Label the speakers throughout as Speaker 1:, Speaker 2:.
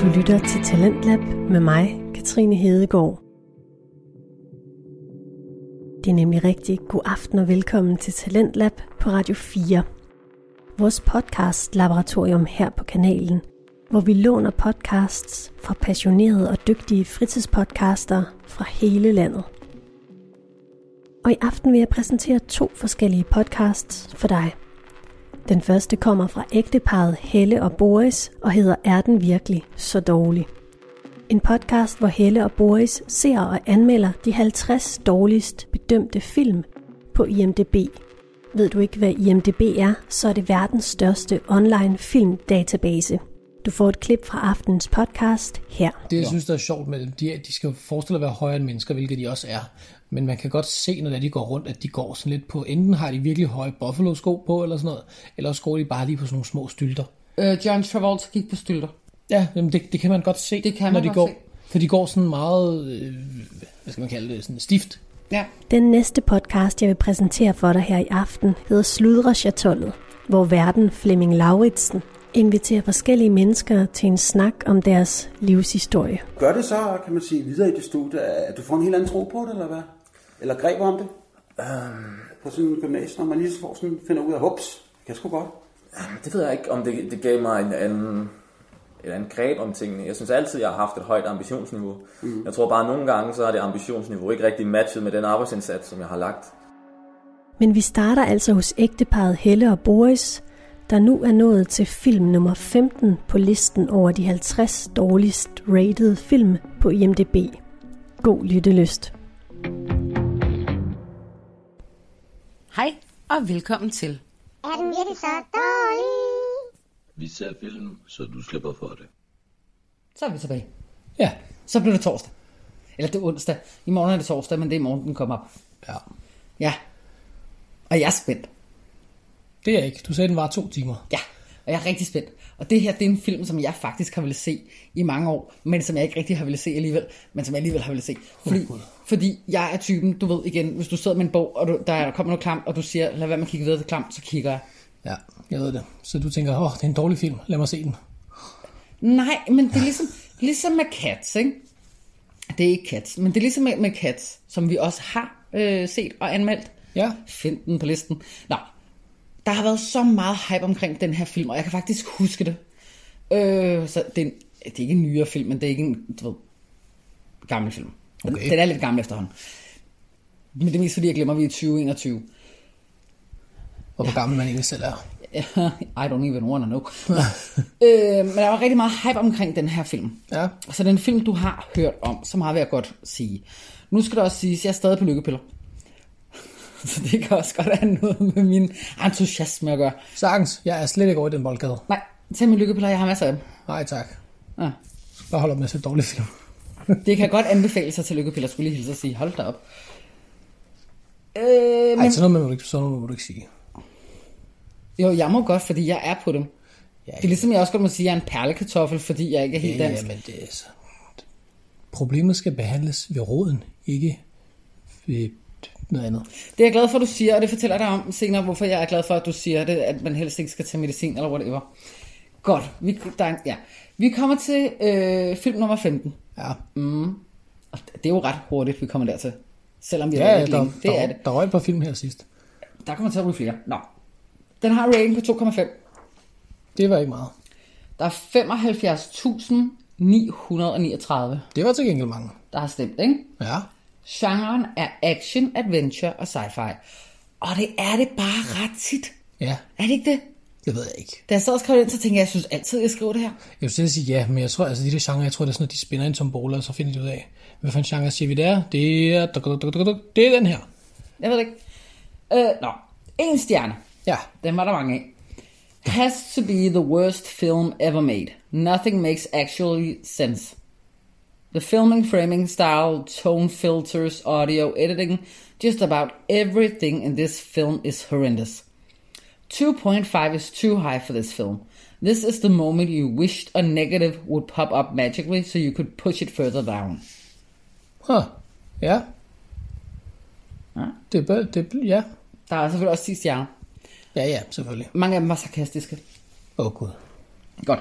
Speaker 1: Du lytter til Talentlab med mig, Katrine Hedegaard. Det er nemlig rigtig god aften og velkommen til Talentlab på Radio 4. Vores podcast laboratorium her på kanalen, hvor vi låner podcasts fra passionerede og dygtige fritidspodcaster fra hele landet. Og i aften vil jeg præsentere to forskellige podcasts for dig – den første kommer fra ægteparet Helle og Boris og hedder Er den virkelig så dårlig? En podcast, hvor Helle og Boris ser og anmelder de 50 dårligst bedømte film på IMDb. Ved du ikke, hvad IMDb er, så er det verdens største online filmdatabase. Du får et klip fra aftens podcast her.
Speaker 2: Det, jeg synes, der er sjovt med dem, de, er, at de skal jo forestille at være højere end mennesker, hvilket de også er. Men man kan godt se, når det er, de går rundt, at de går sådan lidt på, enten har de virkelig høje buffalo-sko på, eller sådan noget, eller også går de bare lige på sådan nogle små stylter.
Speaker 3: Øh, John Travolta gik på stylter.
Speaker 2: Ja, jamen det, det kan man godt se,
Speaker 3: Det kan
Speaker 2: når
Speaker 3: man
Speaker 2: de
Speaker 3: godt
Speaker 2: går.
Speaker 3: se.
Speaker 2: For de går sådan meget, øh, hvad skal man kalde det, sådan stift.
Speaker 3: Ja.
Speaker 1: Den næste podcast, jeg vil præsentere for dig her i aften, hedder Sludreschatollet, hvor verden Flemming Lauritsen inviterer forskellige mennesker til en snak om deres livshistorie.
Speaker 4: Gør det så, kan man sige, videre i det studie, at du får en helt anden tro på det, eller hvad? Eller greb om det? Um... På sådan en gymnasium, når man lige så får sådan, finder ud af, hups, det kan sgu godt.
Speaker 5: Det ved jeg ikke, om det, det gav mig en anden, et andet greb om tingene. Jeg synes altid, jeg har haft et højt ambitionsniveau. Mm. Jeg tror bare, at nogle gange, så har det ambitionsniveau ikke rigtig matchet med den arbejdsindsats, som jeg har lagt.
Speaker 1: Men vi starter altså hos ægteparet Helle og Boris, der nu er nået til film nummer 15 på listen over de 50 dårligst rated film på IMDb. God lyttelyst.
Speaker 3: Hej, og velkommen til.
Speaker 6: Er den virkelig så dårlig?
Speaker 7: Vi ser film, så du slipper for det.
Speaker 3: Så er vi tilbage.
Speaker 2: Ja,
Speaker 3: Så blev det torsdag. Eller det er onsdag. I morgen er det torsdag, men det er i morgen, den kommer op.
Speaker 2: ja.
Speaker 3: Ja. Og jeg er spændt.
Speaker 2: Det er jeg ikke. Du sagde, den var to timer.
Speaker 3: Ja, og jeg er rigtig spændt. Og det her, det er en film, som jeg faktisk har ville se i mange år, men som jeg ikke rigtig har ville se alligevel, men som jeg alligevel har ville se. Fordi, fordi jeg er typen, du ved igen, hvis du sidder med en bog, og du, der kommer noget klamt, og du siger, lad være med at kigge videre til klamt, så kigger jeg.
Speaker 2: Ja, jeg ved det. Så du tænker, åh, oh, det er en dårlig film. Lad mig se den.
Speaker 3: Nej, men det er ligesom, ligesom med Cats, ikke? Det er ikke Cats, men det er ligesom med, med Cats, som vi også har øh, set og anmeldt.
Speaker 2: Ja.
Speaker 3: Find den på listen. Nå, der har været så meget hype omkring den her film, og jeg kan faktisk huske det. Øh, så det er, en, det er ikke en nyere film, men det er ikke en du ved, gammel film. Den,
Speaker 2: Okay.
Speaker 3: den er lidt gammel efterhånden. Men det er mest fordi, jeg glemmer, at vi er i 2021.
Speaker 2: Og hvor gammel man egentlig selv er.
Speaker 3: I don't even wanna know. øh, men der var rigtig meget hype omkring den her film.
Speaker 2: Ja.
Speaker 3: Så den film, du har hørt om, så meget vil jeg godt sige. Nu skal det også siges, at jeg er stadig på lykkepiller. Så det kan også godt have noget med min entusiasme at gøre.
Speaker 2: Sagtens. Jeg er slet ikke over i den boldgade.
Speaker 3: Nej, tag min lykkepiller, jeg har masser af dem.
Speaker 2: Nej, tak.
Speaker 3: Ja.
Speaker 2: Bare hold op med at se dårlige film.
Speaker 3: Det kan godt anbefale sig til lykkepiller, skulle lige hilse og sige. Hold da op. Øh,
Speaker 2: Nej,
Speaker 3: men,
Speaker 2: sådan noget må du ikke, sådan noget må du ikke sige.
Speaker 3: jo, jeg må godt, fordi jeg er på dem.
Speaker 2: Ja,
Speaker 3: Det er ligesom, jeg også godt må sige, at jeg er en perlekartoffel, fordi jeg ikke er helt dansk.
Speaker 2: Ja, men det er så... Problemet skal behandles ved roden, ikke ved noget andet.
Speaker 3: Det er jeg glad for, at du siger, og det fortæller jeg dig om senere, hvorfor jeg er glad for, at du siger det, at man helst ikke skal tage medicin eller whatever. Godt, vi, der er, en- ja. vi kommer til øh, film nummer 15,
Speaker 2: Ja,
Speaker 3: og det er jo ret hurtigt, vi kommer dertil. Selvom vi
Speaker 2: ja,
Speaker 3: har været
Speaker 2: ja
Speaker 3: lidt
Speaker 2: der,
Speaker 3: længe.
Speaker 2: der,
Speaker 3: det er det.
Speaker 2: der røg på film her sidst.
Speaker 3: Der kommer til at ryge flere. Nå. Den har en rating på 2,5.
Speaker 2: Det var ikke meget.
Speaker 3: Der er 75.939,
Speaker 2: Det var til gengæld mange.
Speaker 3: der har stemt, ikke?
Speaker 2: Ja,
Speaker 3: Genren er action, adventure og sci-fi. Og det er det bare ret tit.
Speaker 2: ja,
Speaker 3: Er det ikke det?
Speaker 2: det ved jeg ikke.
Speaker 3: Da jeg sad og skrev det ind, så tænkte jeg, jeg synes altid, jeg skriver det her.
Speaker 2: Jeg vil selv sige ja, men jeg tror, altså de der genre, jeg tror, det er sådan, at de spænder en tombola, og så finder de ud af, hvad for en genre siger vi det er? Det er, duk, duk, duk, duk, duk. det er den her.
Speaker 3: Jeg ved det ikke. Øh, nå. En stjerne.
Speaker 2: Ja,
Speaker 3: Den var der mange af. Has to be the worst film ever made. Nothing makes actually sense. The filming, framing, style, tone filters, audio, editing, just about everything in this film is horrendous. 2.5 is too high for this film. This is the moment you wished a negative would pop up magically so you could push it further down.
Speaker 2: huh. ja.
Speaker 3: Ja.
Speaker 2: Det, er bø- det, er- ja.
Speaker 3: Der er selvfølgelig også 10 stjerner.
Speaker 2: Ja, ja, selvfølgelig.
Speaker 3: Mange af dem var sarkastiske.
Speaker 2: Åh oh, gud.
Speaker 3: Godt.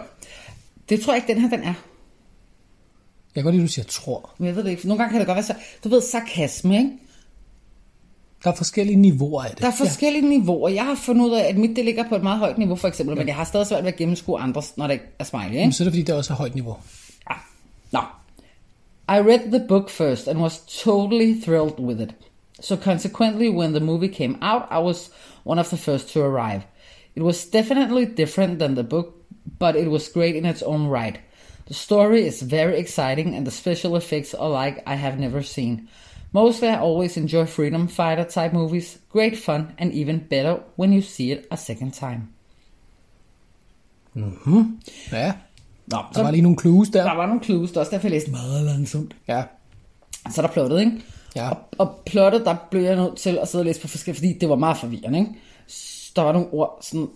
Speaker 3: Det tror jeg ikke, den her den er.
Speaker 2: Jeg kan godt lide, at du siger tror.
Speaker 3: Men jeg ved det ikke, for nogle gange kan det godt være så... Du ved, sarkasme, ikke?
Speaker 2: Der er forskellige niveauer af det.
Speaker 3: Der er forskellige ja. niveauer. Jeg har fundet ud af, at mit det ligger på et meget højt niveau, for eksempel, ja. men jeg har stadig svært ved at gennemskue andres, når det ikke er smiley,
Speaker 2: Ja. Men
Speaker 3: ikke?
Speaker 2: så er det, fordi der også er højt niveau.
Speaker 3: Ja. Nå. I read the book first and was totally thrilled with it. So consequently, when the movie came out, I was one of the first to arrive. It was definitely different than the book, but it was great in its own right. The story is very exciting and the special effects are like I have never seen. Mostly, I always enjoy freedom fighter type movies. Great fun and even better when you see it a second time.
Speaker 2: Ja,
Speaker 3: Nå,
Speaker 2: der var lige nogle clues der.
Speaker 3: der var nogle clues, der også derfor jeg læste meget langsomt.
Speaker 2: Ja,
Speaker 3: Så er der plottet, ikke?
Speaker 2: Ja.
Speaker 3: Og, og plottet, der blev jeg nødt til at sidde og læse på forskellige, fordi det var meget forvirrende, ikke? Så Der var nogle ord, sådan,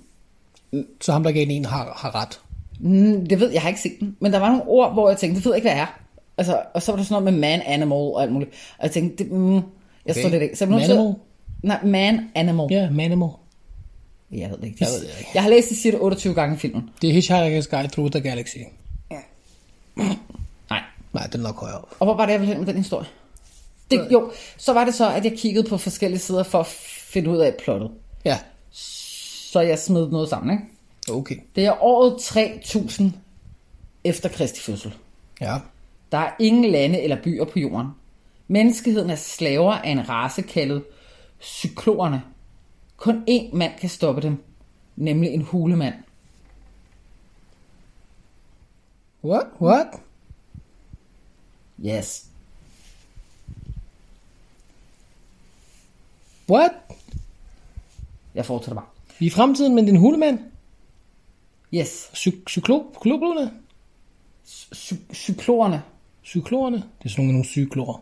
Speaker 2: så ham, der gav den en, har, har ret.
Speaker 3: mm, det ved jeg, har ikke set den, men der var nogle ord, hvor jeg tænkte, det ved jeg ikke, hvad jeg er. Altså, og så var der sådan noget med man, animal og alt muligt. Og jeg tænkte, det, mm, jeg okay. stod lidt ikke. Så jeg blev nødt til-
Speaker 2: Manimal?
Speaker 3: Nej, man, animal.
Speaker 2: Ja, Manimal.
Speaker 3: Jeg ved det ikke.
Speaker 2: Jeg ved det ikke.
Speaker 3: jeg har læst det cirka 28 gange i filmen.
Speaker 2: Det er Hitchhiker's Guide Through the Galaxy.
Speaker 3: Nej.
Speaker 2: Nej, den er nok højere op.
Speaker 3: Og hvor var det, jeg ville hen med den historie? Det, jo, så var det så, at jeg kiggede på forskellige sider for at finde ud af plottet.
Speaker 2: Ja,
Speaker 3: Så jeg smed noget sammen, ikke?
Speaker 2: okay.
Speaker 3: Det er året 3000 efter Kristi fødsel.
Speaker 2: Ja,
Speaker 3: Der er ingen lande eller byer på jorden. Menneskeheden er slaver af en race kaldet cyklorerne. Kun én mand kan stoppe dem, nemlig en hulemand.
Speaker 2: what, what?
Speaker 3: Yes.
Speaker 2: What?
Speaker 3: Jeg fortsætter bare.
Speaker 2: Vi er i fremtiden, men din hulemand?
Speaker 3: Yes.
Speaker 2: Cy- cyklo- cykloperne?
Speaker 3: Cy- cyklorerne.
Speaker 2: Cyklorerne? Det er sådan nogle, nogle cyklorer.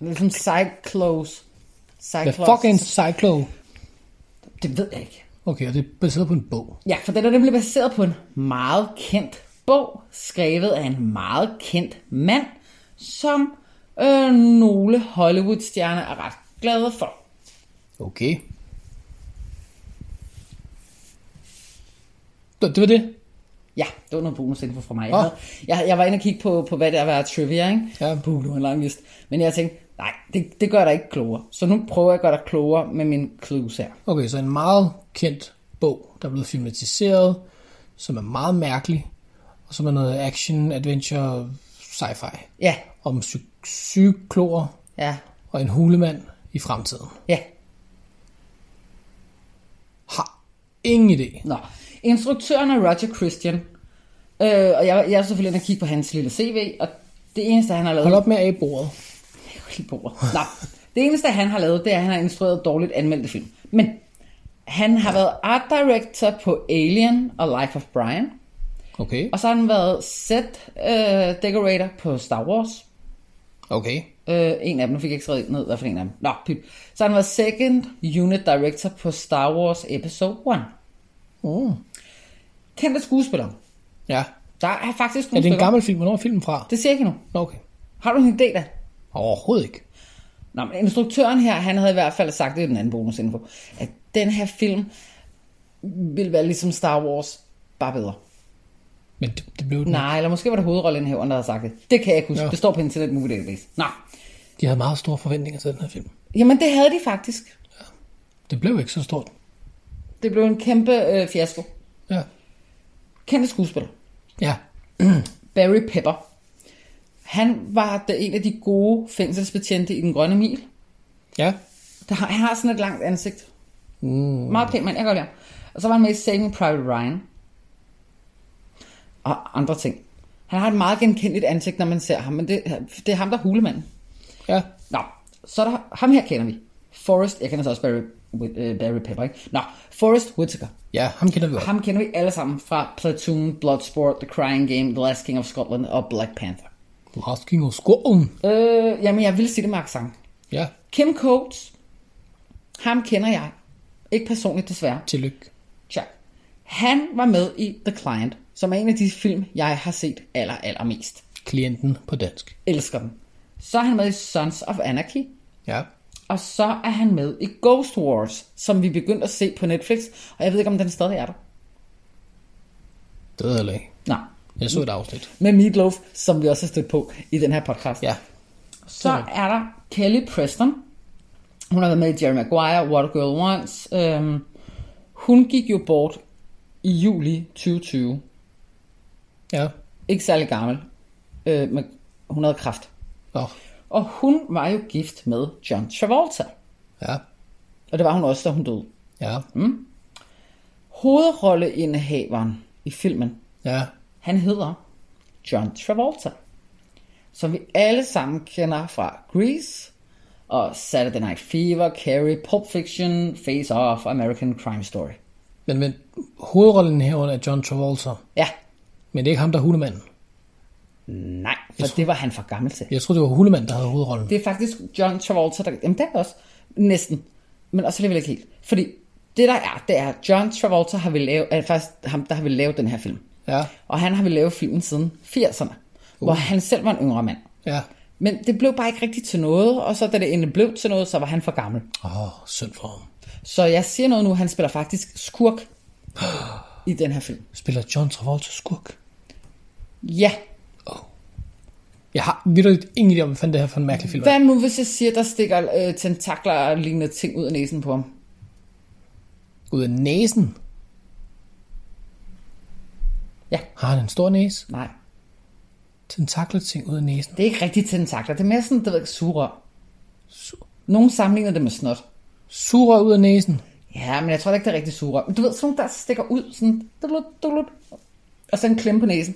Speaker 3: Det er som cyclos.
Speaker 2: The
Speaker 3: Cyclos.
Speaker 2: fucking cyclo.
Speaker 3: Det ved jeg ikke.
Speaker 2: Okay, og det er baseret på en bog.
Speaker 3: Ja, for den er nemlig baseret på en meget kendt bog, skrevet af en meget kendt mand, som øh, nogle Hollywood-stjerner er ret glade for.
Speaker 2: Okay. Nå, Det var det.
Speaker 3: Ja, det var noget bonusinfo fra mig. Jeg,
Speaker 2: Åh.
Speaker 3: havde, jeg, jeg var inde og kigge på, på hvad det er at være trivia, ikke?
Speaker 2: Ja.
Speaker 3: Puh, det var en lang liste. Men jeg tænkte, nej, det, det gør dig ikke klogere. Så nu prøver jeg at gøre dig klogere med mine clues her.
Speaker 2: Okay, så en meget kendt bog, der er blevet filmatiseret, som er meget mærkelig, og som er noget action, adventure, sci-fi,
Speaker 3: Ja,
Speaker 2: om cy- cyklorer
Speaker 3: ja,
Speaker 2: og en hulemand i fremtiden.
Speaker 3: ja.
Speaker 2: Har ingen idé.
Speaker 3: Nå, instruktøren er Roger Christian. Øh, og jeg, jeg er selvfølgelig inde og kigge på hans lille CV, og det eneste, han har lavet...
Speaker 2: Hold op med at i bordet.
Speaker 3: i bordet. Nå, det eneste han har lavet, det er, at han har instrueret dårligt anmeldte film. Men han har været art director på Alien og Life of Brian.
Speaker 2: Okay,
Speaker 3: Og så har han været set øh, decorator på Star Wars.
Speaker 2: okay.
Speaker 3: Øh, en af dem, nu fik jeg ikke skrevet ned, hvad for en af dem. Nå, pyt. Så har han var second unit director på Star Wars Episode 1.
Speaker 2: Mm.
Speaker 3: Kendte skuespiller.
Speaker 2: Ja.
Speaker 3: Der er faktisk
Speaker 2: Er det
Speaker 3: skuespillere.
Speaker 2: en gammel film? Hvornår er filmen fra?
Speaker 3: Det siger jeg ikke nu.
Speaker 2: Nå, Okay.
Speaker 3: Har du en idé da?
Speaker 2: Overhovedet ikke.
Speaker 3: Nå, men instruktøren her, han havde i hvert fald sagt det i den anden bonusinfo, at den her film ville være ligesom Star Wars, bare bedre.
Speaker 2: Men det, det blev den. ikke.
Speaker 3: Nej, eller måske var det hovedrollenhæveren, der havde sagt det. Det kan jeg ikke huske.
Speaker 2: Nå.
Speaker 3: Det står på Internet Movie Database. Nå,
Speaker 2: De havde meget store forventninger til den her film.
Speaker 3: jamen det havde de faktisk.
Speaker 2: Det blev ikke så stort.
Speaker 3: Det blev en kæmpe øh, fiasko.
Speaker 2: Ja.
Speaker 3: Kendte skuespiller.
Speaker 2: Ja.
Speaker 3: Barry Pepper. Han var da en af de gode fængselsbetjente i Den Grønne Mil.
Speaker 2: Ja.
Speaker 3: Der har, han har sådan et langt ansigt. Mm. Meget pæn mand, jeg kan godt lide ham. Og så var han med i Saving Private Ryan. Og andre ting. Han har et meget genkendeligt ansigt, når man ser ham, men det, det er ham, der er hulemanden.
Speaker 2: Ja.
Speaker 3: Nå, så er der, ham her kender vi. Forrest, jeg kender så også Barry, Whit- øh, Barry Pepper, ikke? Nå, Forrest Whitaker.
Speaker 2: Ja, ham kender vi også.
Speaker 3: Ham kender vi alle sammen fra Platoon, Bloodsport, The Crying Game, The Last King of Scotland og Black Panther.
Speaker 2: Rasking og skoven.
Speaker 3: Øh, jamen, jeg vil sige det med accent.
Speaker 2: Ja.
Speaker 3: Kim Coates, ham kender jeg. Ikke personligt, desværre.
Speaker 2: Tillykke.
Speaker 3: Tja. Han var med i The Client, som er en af de film, jeg har set aller, allermest.
Speaker 2: Klienten på dansk.
Speaker 3: Elsker den. Så er han med i Sons of Anarchy,
Speaker 2: Ja.
Speaker 3: og så er han med i Ghost Wars, som vi begyndte at se på Netflix, og jeg ved ikke, om den stadig er der.
Speaker 2: Det ved jeg heller ikke.
Speaker 3: Nej.
Speaker 2: Jeg så et afsnit.
Speaker 3: med Meatloaf, som vi også har stødt på i den her podcast.
Speaker 2: Ja.
Speaker 3: Så er der Kelly Preston. Hun har været med i Jerry Maguire, What a Girl Wants. Øhm, hun gik jo bort i juli 2020.
Speaker 2: Ja.
Speaker 3: Ikke særlig gammel. Øh, men hun havde kræft.
Speaker 2: Nå.
Speaker 3: Og hun var jo gift med John Travolta.
Speaker 2: Ja.
Speaker 3: Og det var hun også, da hun døde.
Speaker 2: Ja. Mm.
Speaker 3: Hovedrolleindehaveren i filmen,
Speaker 2: Ja.
Speaker 3: han hedder John Travolta. Som vi alle sammen kender fra Grease og Saturday Night Fever, Carrie, Pulp Fiction, Face Off og American Crime Story.
Speaker 2: Men, men hovedrollen herunder er John Travolta.
Speaker 3: Ja,
Speaker 2: Men det er ikke ham, der er hundemanden.
Speaker 3: nej, for det var han for gammel til.
Speaker 2: Jeg tror, det var hundemanden, der havde hovedrollen.
Speaker 3: Det er faktisk John Travolta, der... Jamen, det er det også. Næsten. Men også alligevel ikke helt. Fordi det der er, det er, at John Travolta har vil lave, er faktisk ham, der har vil lave den her film.
Speaker 2: Ja.
Speaker 3: Og han har vil lave filmen siden 80'erne. Uh. Hvor han selv var en yngre mand.
Speaker 2: Ja.
Speaker 3: Men det blev bare ikke rigtigt til noget, og så da det endelig blev til noget, så var han for gammel.
Speaker 2: Åh, oh, synd for ham.
Speaker 3: Så jeg siger noget nu, han spiller faktisk skurk i den her film.
Speaker 2: Spiller John Travolta skurk?
Speaker 3: Ja,
Speaker 2: Jeg har virkelig ingen idé om, hvad fanden det her for en mærkelig film er.
Speaker 3: hvad nu hvis jeg siger, der stikker øh, tentakler og lignende ting ud af næsen på ham?
Speaker 2: Ud af næsen?
Speaker 3: Ja.
Speaker 2: Har han en stor næse?
Speaker 3: Nej,
Speaker 2: Tentakler ting ud af næsen?
Speaker 3: det er ikke rigtigt tentakler, det er mere sådan, det ved jeg ikke, sugerør. Nogle sammenligner det med snot.
Speaker 2: Surer ud af næsen?
Speaker 3: Ja, men jeg tror da ikke, det er rigtig sugerør. Men Du ved, sådan nogle, der stikker ud sådan, dulut, dulut, og så en klemme på næsen.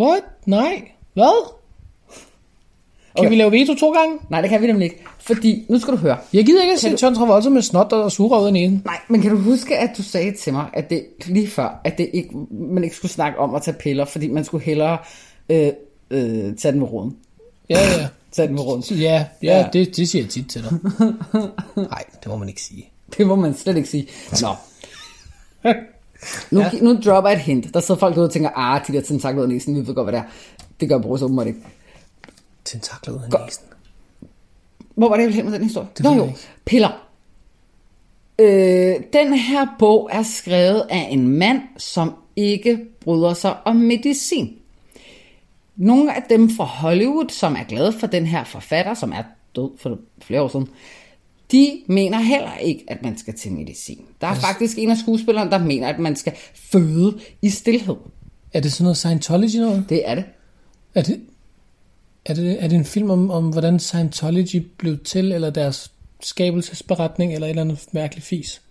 Speaker 2: What? Nej. Hvad? Kan okay.
Speaker 3: Okay.
Speaker 2: vi lave veto to gange?
Speaker 3: Nej, det kan vi nemlig ikke, fordi nu skal du høre.
Speaker 2: Jeg gider ikke at se
Speaker 3: Kan du-
Speaker 2: John Travolta med snot og surer ud af næsen.
Speaker 3: Nej, men kan du huske, at du sagde til mig, at det lige før, at det ikke, man ikke skulle snakke om at tage piller, fordi man skulle hellere øh, øh, tage den med roden.
Speaker 2: Ja, ja.
Speaker 3: Tage den med roden.
Speaker 2: Ja, ja,
Speaker 3: Ja.
Speaker 2: ja. Det, det siger jeg tit til dig. Nej, det må man ikke sige.
Speaker 3: Det må man slet ikke sige. Nå. Nu, ja. nu dropper jeg et hint. Der sidder folk derude og tænker, ah, de der tentakler ud af næsen, vi ved godt, hvad det er. Det gør Bruce åbenbart ikke.
Speaker 2: Tentakler ud af næsen.
Speaker 3: Hvor var det, jeg ville hen med den historie?
Speaker 2: Det
Speaker 3: Nå
Speaker 2: ved jeg
Speaker 3: jo,
Speaker 2: ikke.
Speaker 3: piller. Øh, den her bog er skrevet af en mand, som ikke bryder sig om medicin. Nogle af dem fra Hollywood, som er glade for den her forfatter, som er død for flere år siden, de mener heller ikke, at man skal til medicin. Der er faktisk en af skuespillerne, der mener, at man skal føde i stillhed.
Speaker 2: Er det sådan noget Scientology noget?
Speaker 3: Det er det.
Speaker 2: Er det, er det, er det en film om, om, hvordan Scientology blev til, eller deres skabelsesberetning, eller et eller andet mærkeligt fis?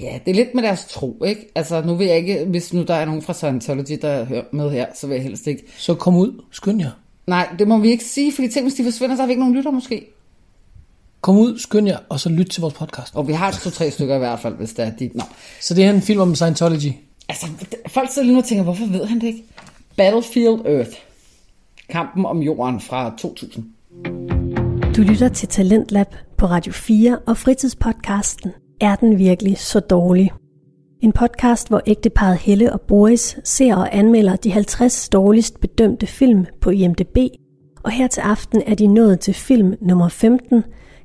Speaker 3: Ja, det er lidt med deres tro, ikke? Altså, nu vil jeg ikke, hvis nu der er nogen fra Scientology, der hører med her, så vil jeg helst ikke.
Speaker 2: Så kom ud, skynd jer.
Speaker 3: Nej, det må vi ikke sige, fordi tænk, hvis de forsvinder, så har vi ikke nogen lytter måske.
Speaker 2: Kom ud, skynd jer, og så lyt til vores podcast.
Speaker 3: Og vi har to-tre stykker i hvert fald, hvis der er de... Nå.
Speaker 2: Så det her er en film om Scientology.
Speaker 3: Altså, folk sidder lige nu og tænker, hvorfor ved han det ikke? Battlefield Earth. Kampen om jorden fra 2000.
Speaker 1: Du lytter til Talentlab på Radio 4 og fritidspodcasten Er den virkelig så dårlig? En podcast, hvor ægteparet Helle og Boris ser og anmelder de 50 dårligst bedømte film på IMDb, og her til aften er de nået til film nummer 15,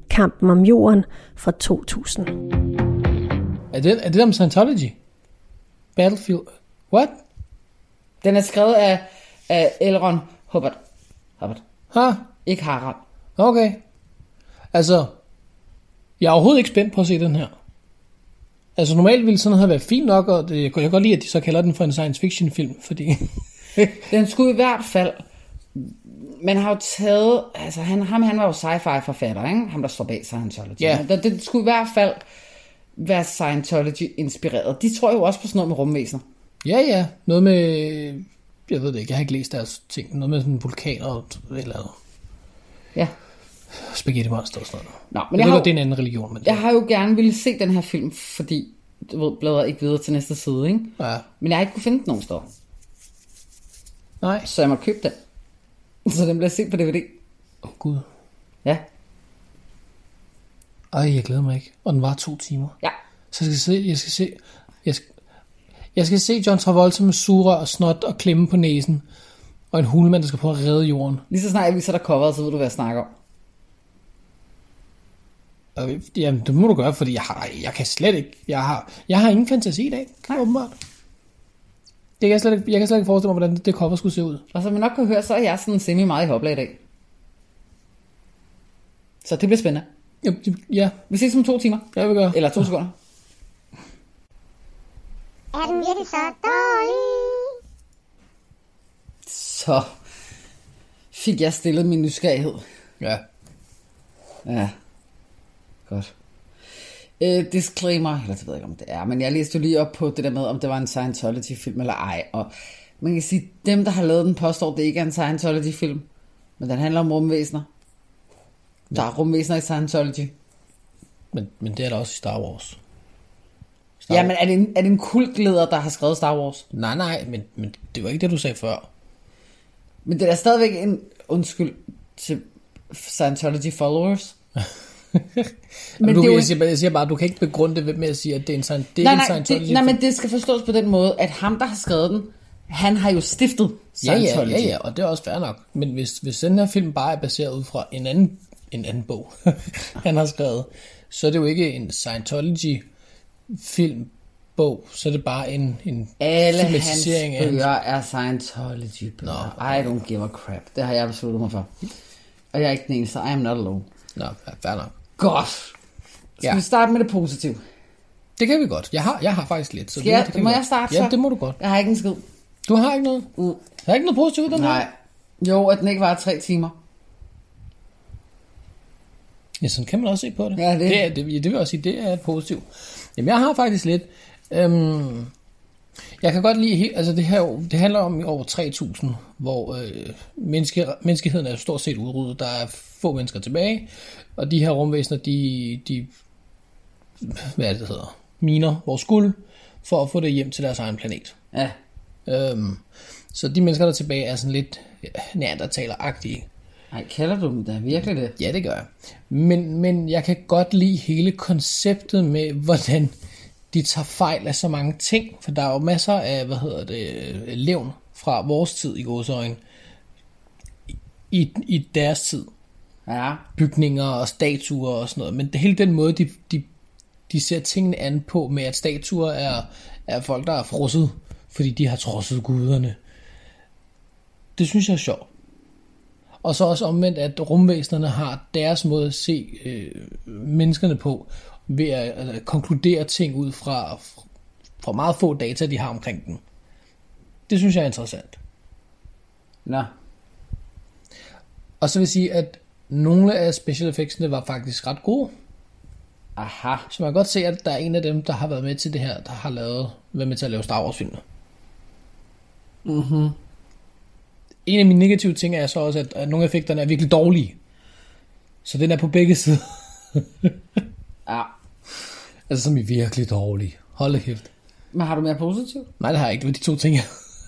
Speaker 1: Kampen om jorden fra 2000.
Speaker 2: Er det, er det om Scientology? Battlefield... What?
Speaker 3: Den er skrevet af, af Elron Hubbard. Hubbard.
Speaker 2: Ha?
Speaker 3: Ikke Harald.
Speaker 2: Okay. Altså, jeg er overhovedet ikke spændt på at se den her. Altså normalt ville sådan noget have været fint nok, og det, jeg kan jeg kan godt lide, at de så kalder den for en science fiction film, fordi...
Speaker 3: Den skulle i hvert fald... Man har jo taget... Altså, han, ham, han var jo sci-fi-forfatter, ikke? Ham, der står bag Scientology.
Speaker 2: Ja.
Speaker 3: Men Det, det skulle i hvert fald være Scientology-inspireret. De tror jo også på sådan noget med rumvæsener.
Speaker 2: ja, ja, noget med... Jeg ved det ikke, jeg har ikke læst deres ting. Noget med sådan vulkaner og eller
Speaker 3: Ja.
Speaker 2: spaghetti monster og sådan noget.
Speaker 3: Nå,
Speaker 2: Men jeg
Speaker 3: men jeg
Speaker 2: ved
Speaker 3: har,
Speaker 2: godt, det er
Speaker 3: jo,
Speaker 2: en anden religion, men det...
Speaker 3: jeg har jo gerne ville se den her film, fordi du ved, bladrer ikke videre til næste side, ikke?
Speaker 2: Ja.
Speaker 3: Men jeg har ikke kunne finde den nogen steder,
Speaker 2: Nej.
Speaker 3: så jeg må købe den. Så den bliver set på DVD.
Speaker 2: Åh, oh, Gud.
Speaker 3: Ja,
Speaker 2: Ej, jeg glæder mig ikke. Og den var to timer.
Speaker 3: ja.
Speaker 2: Så jeg skal se, jeg skal se, jeg skal, jeg skal se John Travolta med sura og snot og klemme på næsen. Og en hulemand, der skal prøve at redde jorden.
Speaker 3: Lige så snart jeg viser dig coveret, så ved du, hvad jeg snakker om.
Speaker 2: Og, jamen, det må du gøre, fordi jeg, har, jeg kan slet ikke. Jeg har, jeg har ingen fantasi i dag, åbenbart. det kan jeg, slet ikke, jeg kan slet ikke forestille mig, hvordan det cover skulle se ud.
Speaker 3: Og som man nok kan høre, så er jeg sådan semi meget i hopla i dag. Så det bliver spændende.
Speaker 2: Ja, det- Ja,
Speaker 3: Vi ses om to timer.
Speaker 2: jeg vil gøre.
Speaker 3: Eller to sekunder.
Speaker 6: Er den virkelig så dårlig?
Speaker 3: Så fik jeg stillet min nysgerrighed.
Speaker 2: Ja.
Speaker 3: Ja. Godt. Øh, disclaimer, eller det ved jeg ikke, om det er, men jeg læste jo lige op på det der med, om det var en Scientology-film eller ej, og man kan sige, dem, der har lavet den, påstår, det ikke er en Scientology-film, men den handler om rumvæsener. Der er rumvæsener i Scientology.
Speaker 2: Men, men det er der også i Star Wars.
Speaker 3: Ja, men er det, en, er det en kultleder, der har skrevet Star Wars?
Speaker 2: Nej, nej, men, men det var ikke det, du sagde før.
Speaker 3: Men det er da stadigvæk en undskyld til Scientology-followers.
Speaker 2: Men
Speaker 3: Men
Speaker 2: du,
Speaker 3: det
Speaker 2: det
Speaker 3: er jo
Speaker 2: jeg,
Speaker 3: en-
Speaker 2: siger, bare- jeg siger bare, at du kan ikke begrunde det ved- med at sige, at det er en, sci- det er ikke
Speaker 3: Nej, nej,
Speaker 2: en
Speaker 3: det,
Speaker 2: Scientology.
Speaker 3: nej, men det skal forstås på den måde, at ham, der har skrevet den, han har jo stiftet
Speaker 2: ja, ja,
Speaker 3: Scientology.
Speaker 2: ja, ja, og det er også fair nok. Men hvis, hvis den her film bare er baseret ud fra en anden, en anden bog, han har skrevet, så er det jo ikke en Scientology-film, bog, så er det bare en, en
Speaker 3: Alle hans
Speaker 2: filmatisering af hans-
Speaker 3: bøger er Scientology bøger. No, I don't give a crap. Det har jeg besluttet mig for. Og jeg er ikke den eneste. I am not alone.
Speaker 2: Nå, ja, fair nok.
Speaker 3: Godt. Skal
Speaker 2: Ja.
Speaker 3: vi starte med det positive?
Speaker 2: Det kan vi godt. Jeg har, jeg har faktisk lidt. Så
Speaker 3: Skal jeg,
Speaker 2: det
Speaker 3: det
Speaker 2: kan
Speaker 3: må
Speaker 2: vi
Speaker 3: jeg
Speaker 2: godt.
Speaker 3: starte så?
Speaker 2: Ja, det må du godt.
Speaker 3: Jeg har ikke en skid.
Speaker 2: Du har ikke noget?
Speaker 3: Uh,
Speaker 2: Der er ikke noget positivt i den
Speaker 3: nej.
Speaker 2: her?
Speaker 3: Jo, at den ikke var tre timer.
Speaker 2: Ja, sådan kan man også se på det.
Speaker 3: Ja, det-
Speaker 2: Det, er, det, ja, det vil jeg også sige, det er positivt. Jamen, jeg har faktisk lidt... Øhm, jeg kan godt lide... he- Altså, det her jo- det handler om i over 3.000, hvor øh, menneske, menneskeheden er jo stort set udryddet. Der er få mennesker tilbage, og de her rumvæsener, de, de hvad er det, det hedder, miner vores guld, for at få det hjem til deres egen planet.
Speaker 3: Ja.
Speaker 2: Øhm, så de mennesker, der er tilbage, er sådan lidt ja, neandertaler-agtige.
Speaker 3: Nej, kalder du dem da virkelig det?
Speaker 2: Ja, det gør jeg. Men, men jeg kan godt lide hele konceptet med, hvordan de tager fejl af så mange ting. For der er jo masser af, hvad hedder det, øh, levn fra vores tid i godsøjen i, i deres tid.
Speaker 3: Ja.
Speaker 2: Bygninger og statuer og sådan noget. Men det, hele den måde, de, de, de ser tingene an på med, at statuer er, er folk, der er frosset, fordi de har trodset guderne. Det synes jeg er sjovt. Og så også omvendt, at rumvæsenerne har deres måde at se øh, menneskerne på, ved at altså, konkludere ting ud fra, fra meget få data, de har omkring dem. Det synes jeg er interessant.
Speaker 3: Nå.
Speaker 2: Og så vil jeg sige, at nogle af special effectsene var faktisk ret gode.
Speaker 3: Aha.
Speaker 2: Så man kan godt se, at der er en af dem, der har været med til det her, der har lavet, været med til at lave Star Wars filmene. Mm-hmm. En af mine negative ting er så også, at, at nogle af effekterne er virkelig dårlige. Så den er på begge sider.
Speaker 3: Ja.
Speaker 2: Altså, som i virkelig dårlig. Hold da kæft.
Speaker 3: Men har du mere positivt?
Speaker 2: Nej, det har jeg ikke. Det var de to ting, jeg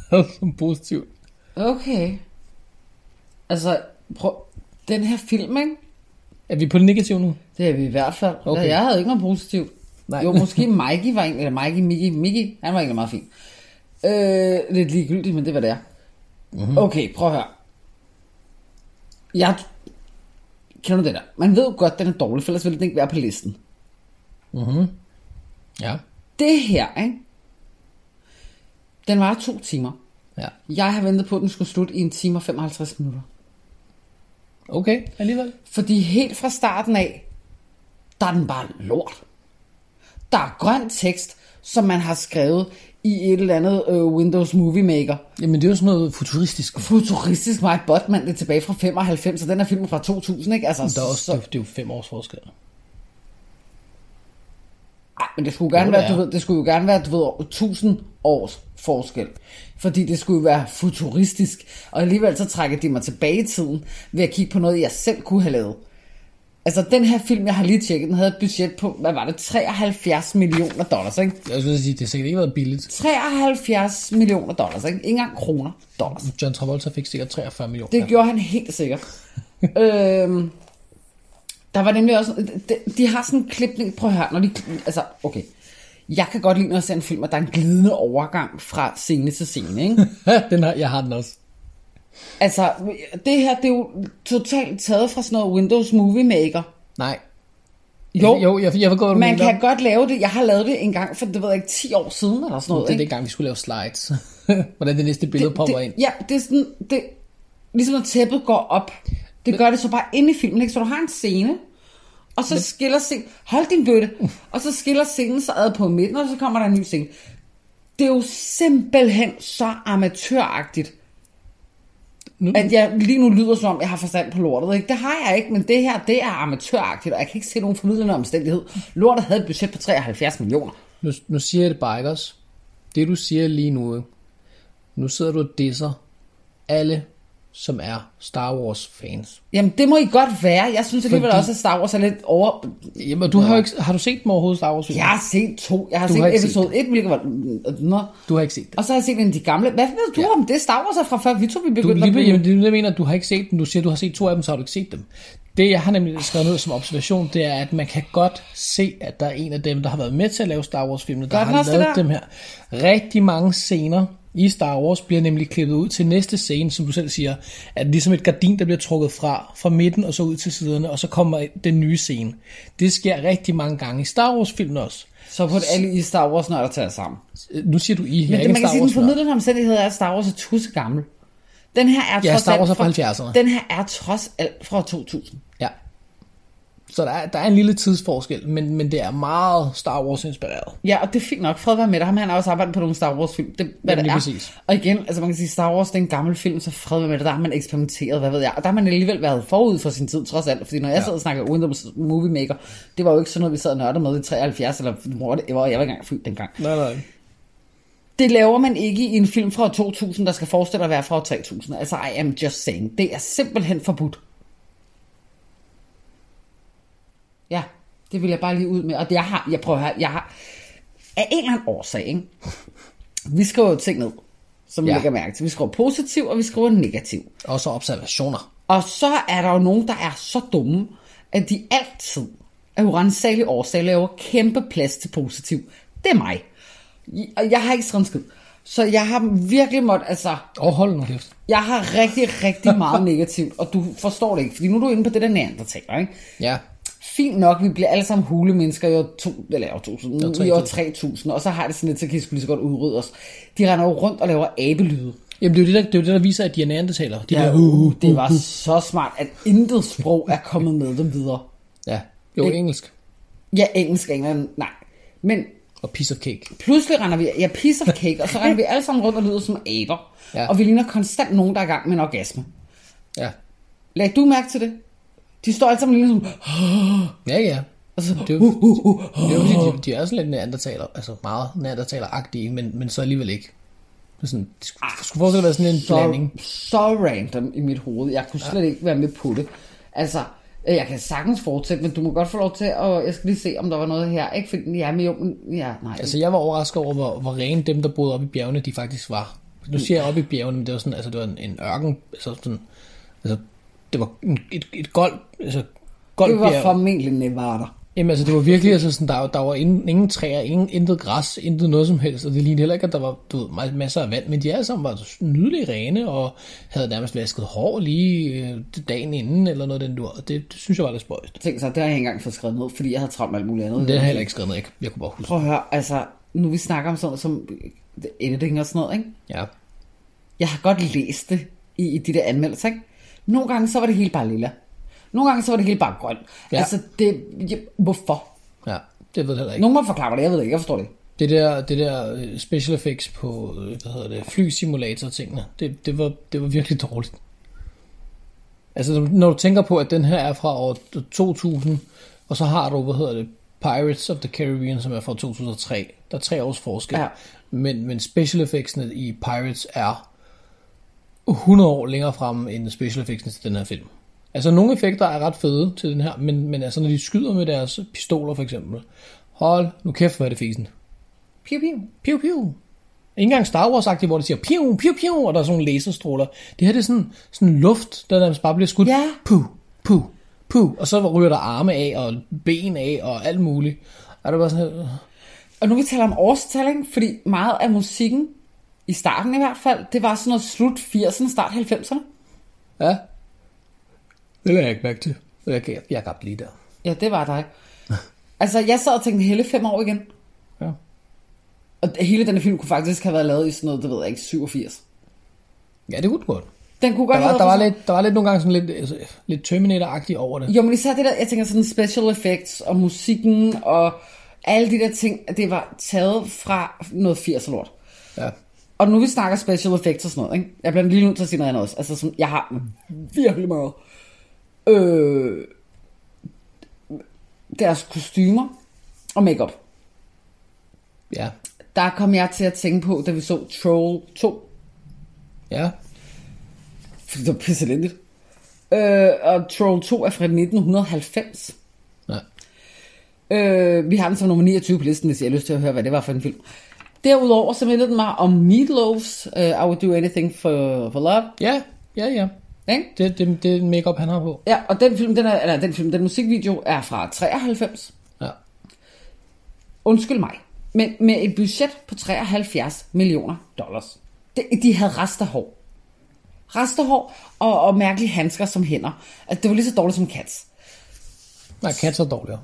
Speaker 2: havde som positivt.
Speaker 3: Okay. Altså, prøv. Den her film, ikke?
Speaker 2: Er vi på det negative nu?
Speaker 3: Det er vi i hvert fald.
Speaker 2: Okay.
Speaker 3: Okay. Jeg havde ikke noget positivt.
Speaker 2: Nej.
Speaker 3: Nej. Jo, måske Mikey var egentlig, eller Mikey, Mickey, Mickey, han var egentlig meget fin. Øh, lidt ligegyldigt, men det var det er. Mm-hmm. Okay, prøv at høre. Jeg kender du det der. Man ved jo godt, den er dårlig, for ellers ville den ikke være på listen.
Speaker 2: Ja.
Speaker 3: Det her, ikke? Den var to timer.
Speaker 2: Ja.
Speaker 3: Jeg har ventet på, at den skulle slutte i en time og 55 minutter.
Speaker 2: Okay, alligevel.
Speaker 3: Fordi helt fra starten af, der er den bare lort. Der er grøn tekst, som man har skrevet i et eller andet øh, Windows Movie Maker.
Speaker 2: Jamen, det er jo sådan noget futuristisk.
Speaker 3: Futuristisk Mike Botman, det er tilbage fra 95, og den er filmen fra 2000, ikke? Altså,
Speaker 2: Der er også,
Speaker 3: så,
Speaker 2: det, det er jo fem års forskel.
Speaker 3: ej, men det skulle, gerne
Speaker 2: Jo, det
Speaker 3: være, du
Speaker 2: er.
Speaker 3: ved, det skulle jo gerne være, du ved, over 1000 års forskel. Fordi det skulle jo være futuristisk, og alligevel så trækker de mig tilbage i tiden ved at kigge på noget, jeg selv kunne have lavet. Altså, den her film, jeg har lige tjekket, den havde et budget på, hvad var det, 73 millioner dollars, ikke?
Speaker 2: Jeg skulle sige, det har sikkert ikke været billigt.
Speaker 3: 73 millioner dollars, ikke? Ikke engang kroner, dollars.
Speaker 2: John Travolta fik sikkert 43 millioner.
Speaker 3: Det gjorde han helt sikkert. øhm, der var nemlig også... De, de har sådan en klipning... Prøv at høre, når de... Altså, okay. Jeg kan godt lide, når jeg ser en film, at der er en glidende overgang fra scene til scene, ikke?
Speaker 2: den har, jeg har den også.
Speaker 3: altså, det her, det er jo totalt taget fra sådan noget Windows Movie Maker.
Speaker 2: Nej.
Speaker 3: Jo.
Speaker 2: Jeg, jo, jeg, jeg vil gå, hvad du
Speaker 3: Man
Speaker 2: mener.
Speaker 3: kan godt lave det. Jeg har lavet det en gang for, det ved jeg ikke, 10 år siden eller sådan noget,
Speaker 2: Det er
Speaker 3: ikke?
Speaker 2: dengang, vi skulle lave slides. hvordan det næste billede det, popper
Speaker 3: det,
Speaker 2: ind.
Speaker 3: Ja, det er sådan, det, ligesom når tæppet går op. Det gør det så bare inde i filmen, ikke? Så du har en scene, og så skiller scenen, hold din bøtte, og så skiller scenen sig ad på midten, og så kommer der en ny scene. Det er jo simpelthen så amatøragtigt,
Speaker 2: Nu-
Speaker 3: at jeg lige nu lyder som om, jeg har forstand på lortet. Ikke? Det har jeg ikke, men det her, det er amatøragtigt, og jeg kan ikke se nogen formidlende omstændighed. Lortet havde et budget på 73 millioner.
Speaker 2: Nu, nu siger jeg det bare ikke også. Det du siger lige nu, ikke? nu sidder du og disser alle, som er Star Wars fans.
Speaker 3: Jamen, det må I godt være. Jeg synes alligevel
Speaker 2: Fordi-
Speaker 3: også, at Star Wars er lidt over...
Speaker 2: Jamen, du har, jo ikke, har du set dem overhovedet, Star Wars?
Speaker 3: Jeg har set to. Jeg har
Speaker 2: Du
Speaker 3: set
Speaker 2: har ikke set
Speaker 3: episode 1, hvilket var... Nå.
Speaker 2: Du har ikke set dem.
Speaker 3: Og så har jeg set en af de gamle. Hvad ved du ja. om det? Star Wars er fra før vi to, vi
Speaker 2: Du,
Speaker 3: begyndte
Speaker 2: lige,
Speaker 3: at
Speaker 2: ved-
Speaker 3: blive...
Speaker 2: jamen, det er det, jeg mener, at du har ikke set dem. Du siger, at du har set to af dem, så har du ikke set dem. Det, jeg har nemlig skrevet ned som observation, det er, at man kan godt se, at der er en af dem, der har været med til at lave Star Wars-filmene, der
Speaker 3: Gør den
Speaker 2: har
Speaker 3: også det
Speaker 2: lavet
Speaker 3: der?
Speaker 2: dem her. Rigtig mange scener i Star Wars bliver nemlig klippet ud til næste scene, som du selv siger, at ligesom et gardin, der bliver trukket fra, fra midten og så ud til siderne, og så kommer den nye scene. Det sker rigtig mange gange i Star Wars-filmen også.
Speaker 3: Så på det alle i Star Wars, når der tager sammen.
Speaker 2: Øh, Nu siger du I, jeg
Speaker 3: Men
Speaker 2: er
Speaker 3: det,
Speaker 2: ikke
Speaker 3: man kan
Speaker 2: Star
Speaker 3: sige, den
Speaker 2: wars nørd.
Speaker 3: formidlende omstændighed er, at Star Wars er tusse gammel. Den her er
Speaker 2: Ja,
Speaker 3: trods
Speaker 2: Star Wars
Speaker 3: alt
Speaker 2: er fra
Speaker 3: fra-
Speaker 2: 70'erne.
Speaker 3: Den her er trods alt fra 2000.
Speaker 2: Ja. Så der er, der er en lille tidsforskel, men, men det er meget Star Wars inspireret.
Speaker 3: Ja, og det er fint nok. Fred være med dig. Ham, han har også arbejdet på nogle Star Wars film. Det, hvad
Speaker 2: Jamen,
Speaker 3: det
Speaker 2: lige
Speaker 3: er.
Speaker 2: præcis.
Speaker 3: Og igen, altså man kan sige, Star Wars det er en gammel film, så fred være med dig. Der har man eksperimenteret, hvad ved jeg. Og der har man alligevel været forud for sin tid, trods alt. Fordi når jeg
Speaker 2: Ja.
Speaker 3: sad og snakkede uden om Movie Maker, det var jo ikke sådan noget, vi sad og nørdede med i 73, eller whatever. Jeg var ikke engang født dengang.
Speaker 2: Nej, nej.
Speaker 3: Det laver man ikke i en film fra år 2000, der skal forestille at være fra år 3000. Altså, I am just saying. Det er simpelthen forbudt. Ja, det vil jeg bare lige ud med. Og jeg har, jeg prøver her, jeg har, af en eller anden årsag, ikke? Vi skriver jo ting ned, som vi
Speaker 2: Ja.
Speaker 3: ja. lægger mærke til. Vi skriver positiv, og vi skriver negativ.
Speaker 2: Og så observationer.
Speaker 3: Og så er der jo nogen, der er så dumme, at de altid af urensagelige årsager laver kæmpe plads til positiv. Det er mig. I- Og jeg har ikke skrevet en skid. Så jeg har virkelig måttet, altså,
Speaker 2: Og hold nu kæft.
Speaker 3: jeg har rigtig, rigtig meget negativt, og du forstår det ikke, fordi nu er du inde på det der neandertaler, ikke?
Speaker 2: Ja.
Speaker 3: Fint nok, vi bliver alle sammen hulemennesker i år, to, eller i år 2000,
Speaker 2: År
Speaker 3: i år
Speaker 2: 3000.
Speaker 3: 3000, og så har jeg det sådan lidt, så kan I sgu lige så godt udrydde os. De render jo rundt og laver abelyde.
Speaker 2: Jamen, det er jo det, der, det, er jo det, der viser, at de er neandertalere. De
Speaker 3: Ja,
Speaker 2: der, uh, uh.
Speaker 3: det var så smart, at intet sprog er kommet med dem videre.
Speaker 2: Ja. Jo,
Speaker 3: Ikke?
Speaker 2: engelsk.
Speaker 3: Ja, engelsk, England, nej. Men
Speaker 2: Og piece of cake.
Speaker 3: pludselig render vi, ja, piece of cake, og så render vi alle sammen rundt og lyder som aber.
Speaker 2: Ja.
Speaker 3: Ja. Og vi ligner konstant nogen, der er i gang med en orgasme.
Speaker 2: Ja.
Speaker 3: Læg du mærke til det? De står alle sammen lige som,
Speaker 2: Ja, ja.
Speaker 3: altså,
Speaker 2: Det er jo,
Speaker 3: uh, uh, uh,
Speaker 2: det er jo fordi, de, de er sådan lidt neandertaler, altså meget neandertaler-agtige, men, men så alligevel ikke. Det er sådan, det skulle, skulle forestille at være sådan en blanding.
Speaker 3: så, så random i mit hoved. Jeg kunne slet ja. ikke være med på det. Altså, øh, jeg kan sagtens fortsætte, men du må godt få lov til, at jeg skal lige se, om der var noget her. Ikke fordi, ja, men jo, men, ja, nej.
Speaker 2: Altså, jeg var overrasket over, hvor, hvor rene dem, der boede oppe i bjergene, de faktisk var. Nu siger jeg oppe i bjergene, men det var sådan, altså, det var en, en ørken, altså sådan, altså, det var en, et, et gold, altså, gold
Speaker 3: det var
Speaker 2: bjerg.
Speaker 3: formentlig Nevada.
Speaker 2: Jamen, altså, det var virkelig, altså, sådan, der, der var ingen, ingen træer, ingen, intet græs, intet noget som helst, og det lignede heller ikke, at der var du ved, ma- masser af vand, men de alle sammen var nydelig rene, og havde nærmest vasket hår lige øh, dagen inden, eller noget af den dur, og det, det synes jeg var lidt spøjst.
Speaker 3: Tænk så, det har jeg ikke engang fået skrevet ned, fordi jeg havde travlt med alt muligt andet.
Speaker 2: Det har jeg heller ikke skrevet ned, jeg, jeg kunne bare huske.
Speaker 3: Prøv at høre, altså, nu vi snakker om sådan noget som øh, editing og sådan noget, ikke?
Speaker 2: Ja.
Speaker 3: Jeg har godt læst det i, i de der anmeldelser, ikke? Nogle gange så var det hele bare lilla. Nogle gange så var det hele bare grønt.
Speaker 2: Ja.
Speaker 3: Ja. Altså, det, ja, hvorfor?
Speaker 2: Ja, det ved jeg heller ikke.
Speaker 3: Nogen må forklare mig det, jeg ved det ikke, jeg forstår det ikke.
Speaker 2: Det der, det der øh, special effects på øh, hvad hedder det, flysimulator-tingene, det, det, var, det var virkelig dårligt. Altså, når du tænker på, at den her er fra år 2000, og så har du, hvad hedder det, Pirates of the Caribbean, som er fra 2003. Der er tre års forskel.
Speaker 3: Ja.
Speaker 2: Men, men special effectsene i Pirates er 100 år længere frem end special effectsene til den her film. Altså, nogle effekter er ret fede til den her, men, men altså, når de skyder med deres pistoler, for eksempel. Hold nu kæft, hvor er det fisen.
Speaker 3: Piu, piu.
Speaker 2: Piu, piu. Ikke engang Star wars hvor det siger piu, piu, piu, og der er sådan nogle laserstråler. Det her det er sådan, sådan luft, der nærmest bare bliver skudt.
Speaker 3: Ja.
Speaker 2: Puh, puh, puh. Og så ryger der arme af, og ben af, og alt muligt. Og det var sådan her, øh,
Speaker 3: Og nu vi taler om årstal, ikke? fordi meget af musikken, i starten i hvert fald, det var sådan noget slut 80'erne, start 90'erne.
Speaker 2: ja. Det lader jeg ikke mærke til. Jeg, jeg, jeg gabte lige der.
Speaker 3: Ja, det var dig. altså, jeg sad og tænkte hele fem år igen.
Speaker 2: Ja.
Speaker 3: Og hele den her film kunne faktisk have været lavet i sådan noget, det ved jeg ikke, 87.
Speaker 2: Ja, det kunne det godt.
Speaker 3: Den kunne godt
Speaker 2: Der var,
Speaker 3: have
Speaker 2: der, var
Speaker 3: været
Speaker 2: lidt, der var lidt nogle gange sådan lidt, altså, lidt Terminator-agtigt over det.
Speaker 3: Jo, men især det der, jeg tænker sådan special effects og musikken og alle de der ting, det var taget fra noget 80'er lort.
Speaker 2: Ja.
Speaker 3: Og nu vi snakker special effects og sådan noget, ikke? jeg bliver lige nødt til at sige noget andet også. Altså, sådan, jeg har virkelig meget. Øh, deres kostymer og makeup.
Speaker 2: Ja.
Speaker 3: Der kom jeg til at tænke på, da vi så Troll 2.
Speaker 2: Ja.
Speaker 3: Fordi det var pisselendigt. Øh, og Troll 2 er fra 1990.
Speaker 2: Nej.
Speaker 3: Øh, vi har den som nummer 29 på listen, hvis jeg har lyst til at høre, hvad det var for en film. Derudover så mindede den mig om Meatloaf's uh, I Would Do Anything for, for Love.
Speaker 2: Ja, ja, ja.
Speaker 3: Ikke?
Speaker 2: Det, det, det er den make-up, han har på.
Speaker 3: Ja, og den film, den, er, eller den, film, den musikvideo er fra 93.
Speaker 2: Ja.
Speaker 3: Undskyld mig. Men med et budget på 73 millioner dollars. De, de havde resterhår. Resterhår og, og mærkelige handsker som hænder. Altså, det var lige så dårligt som Cats.
Speaker 2: Nej, Cats er dårligere.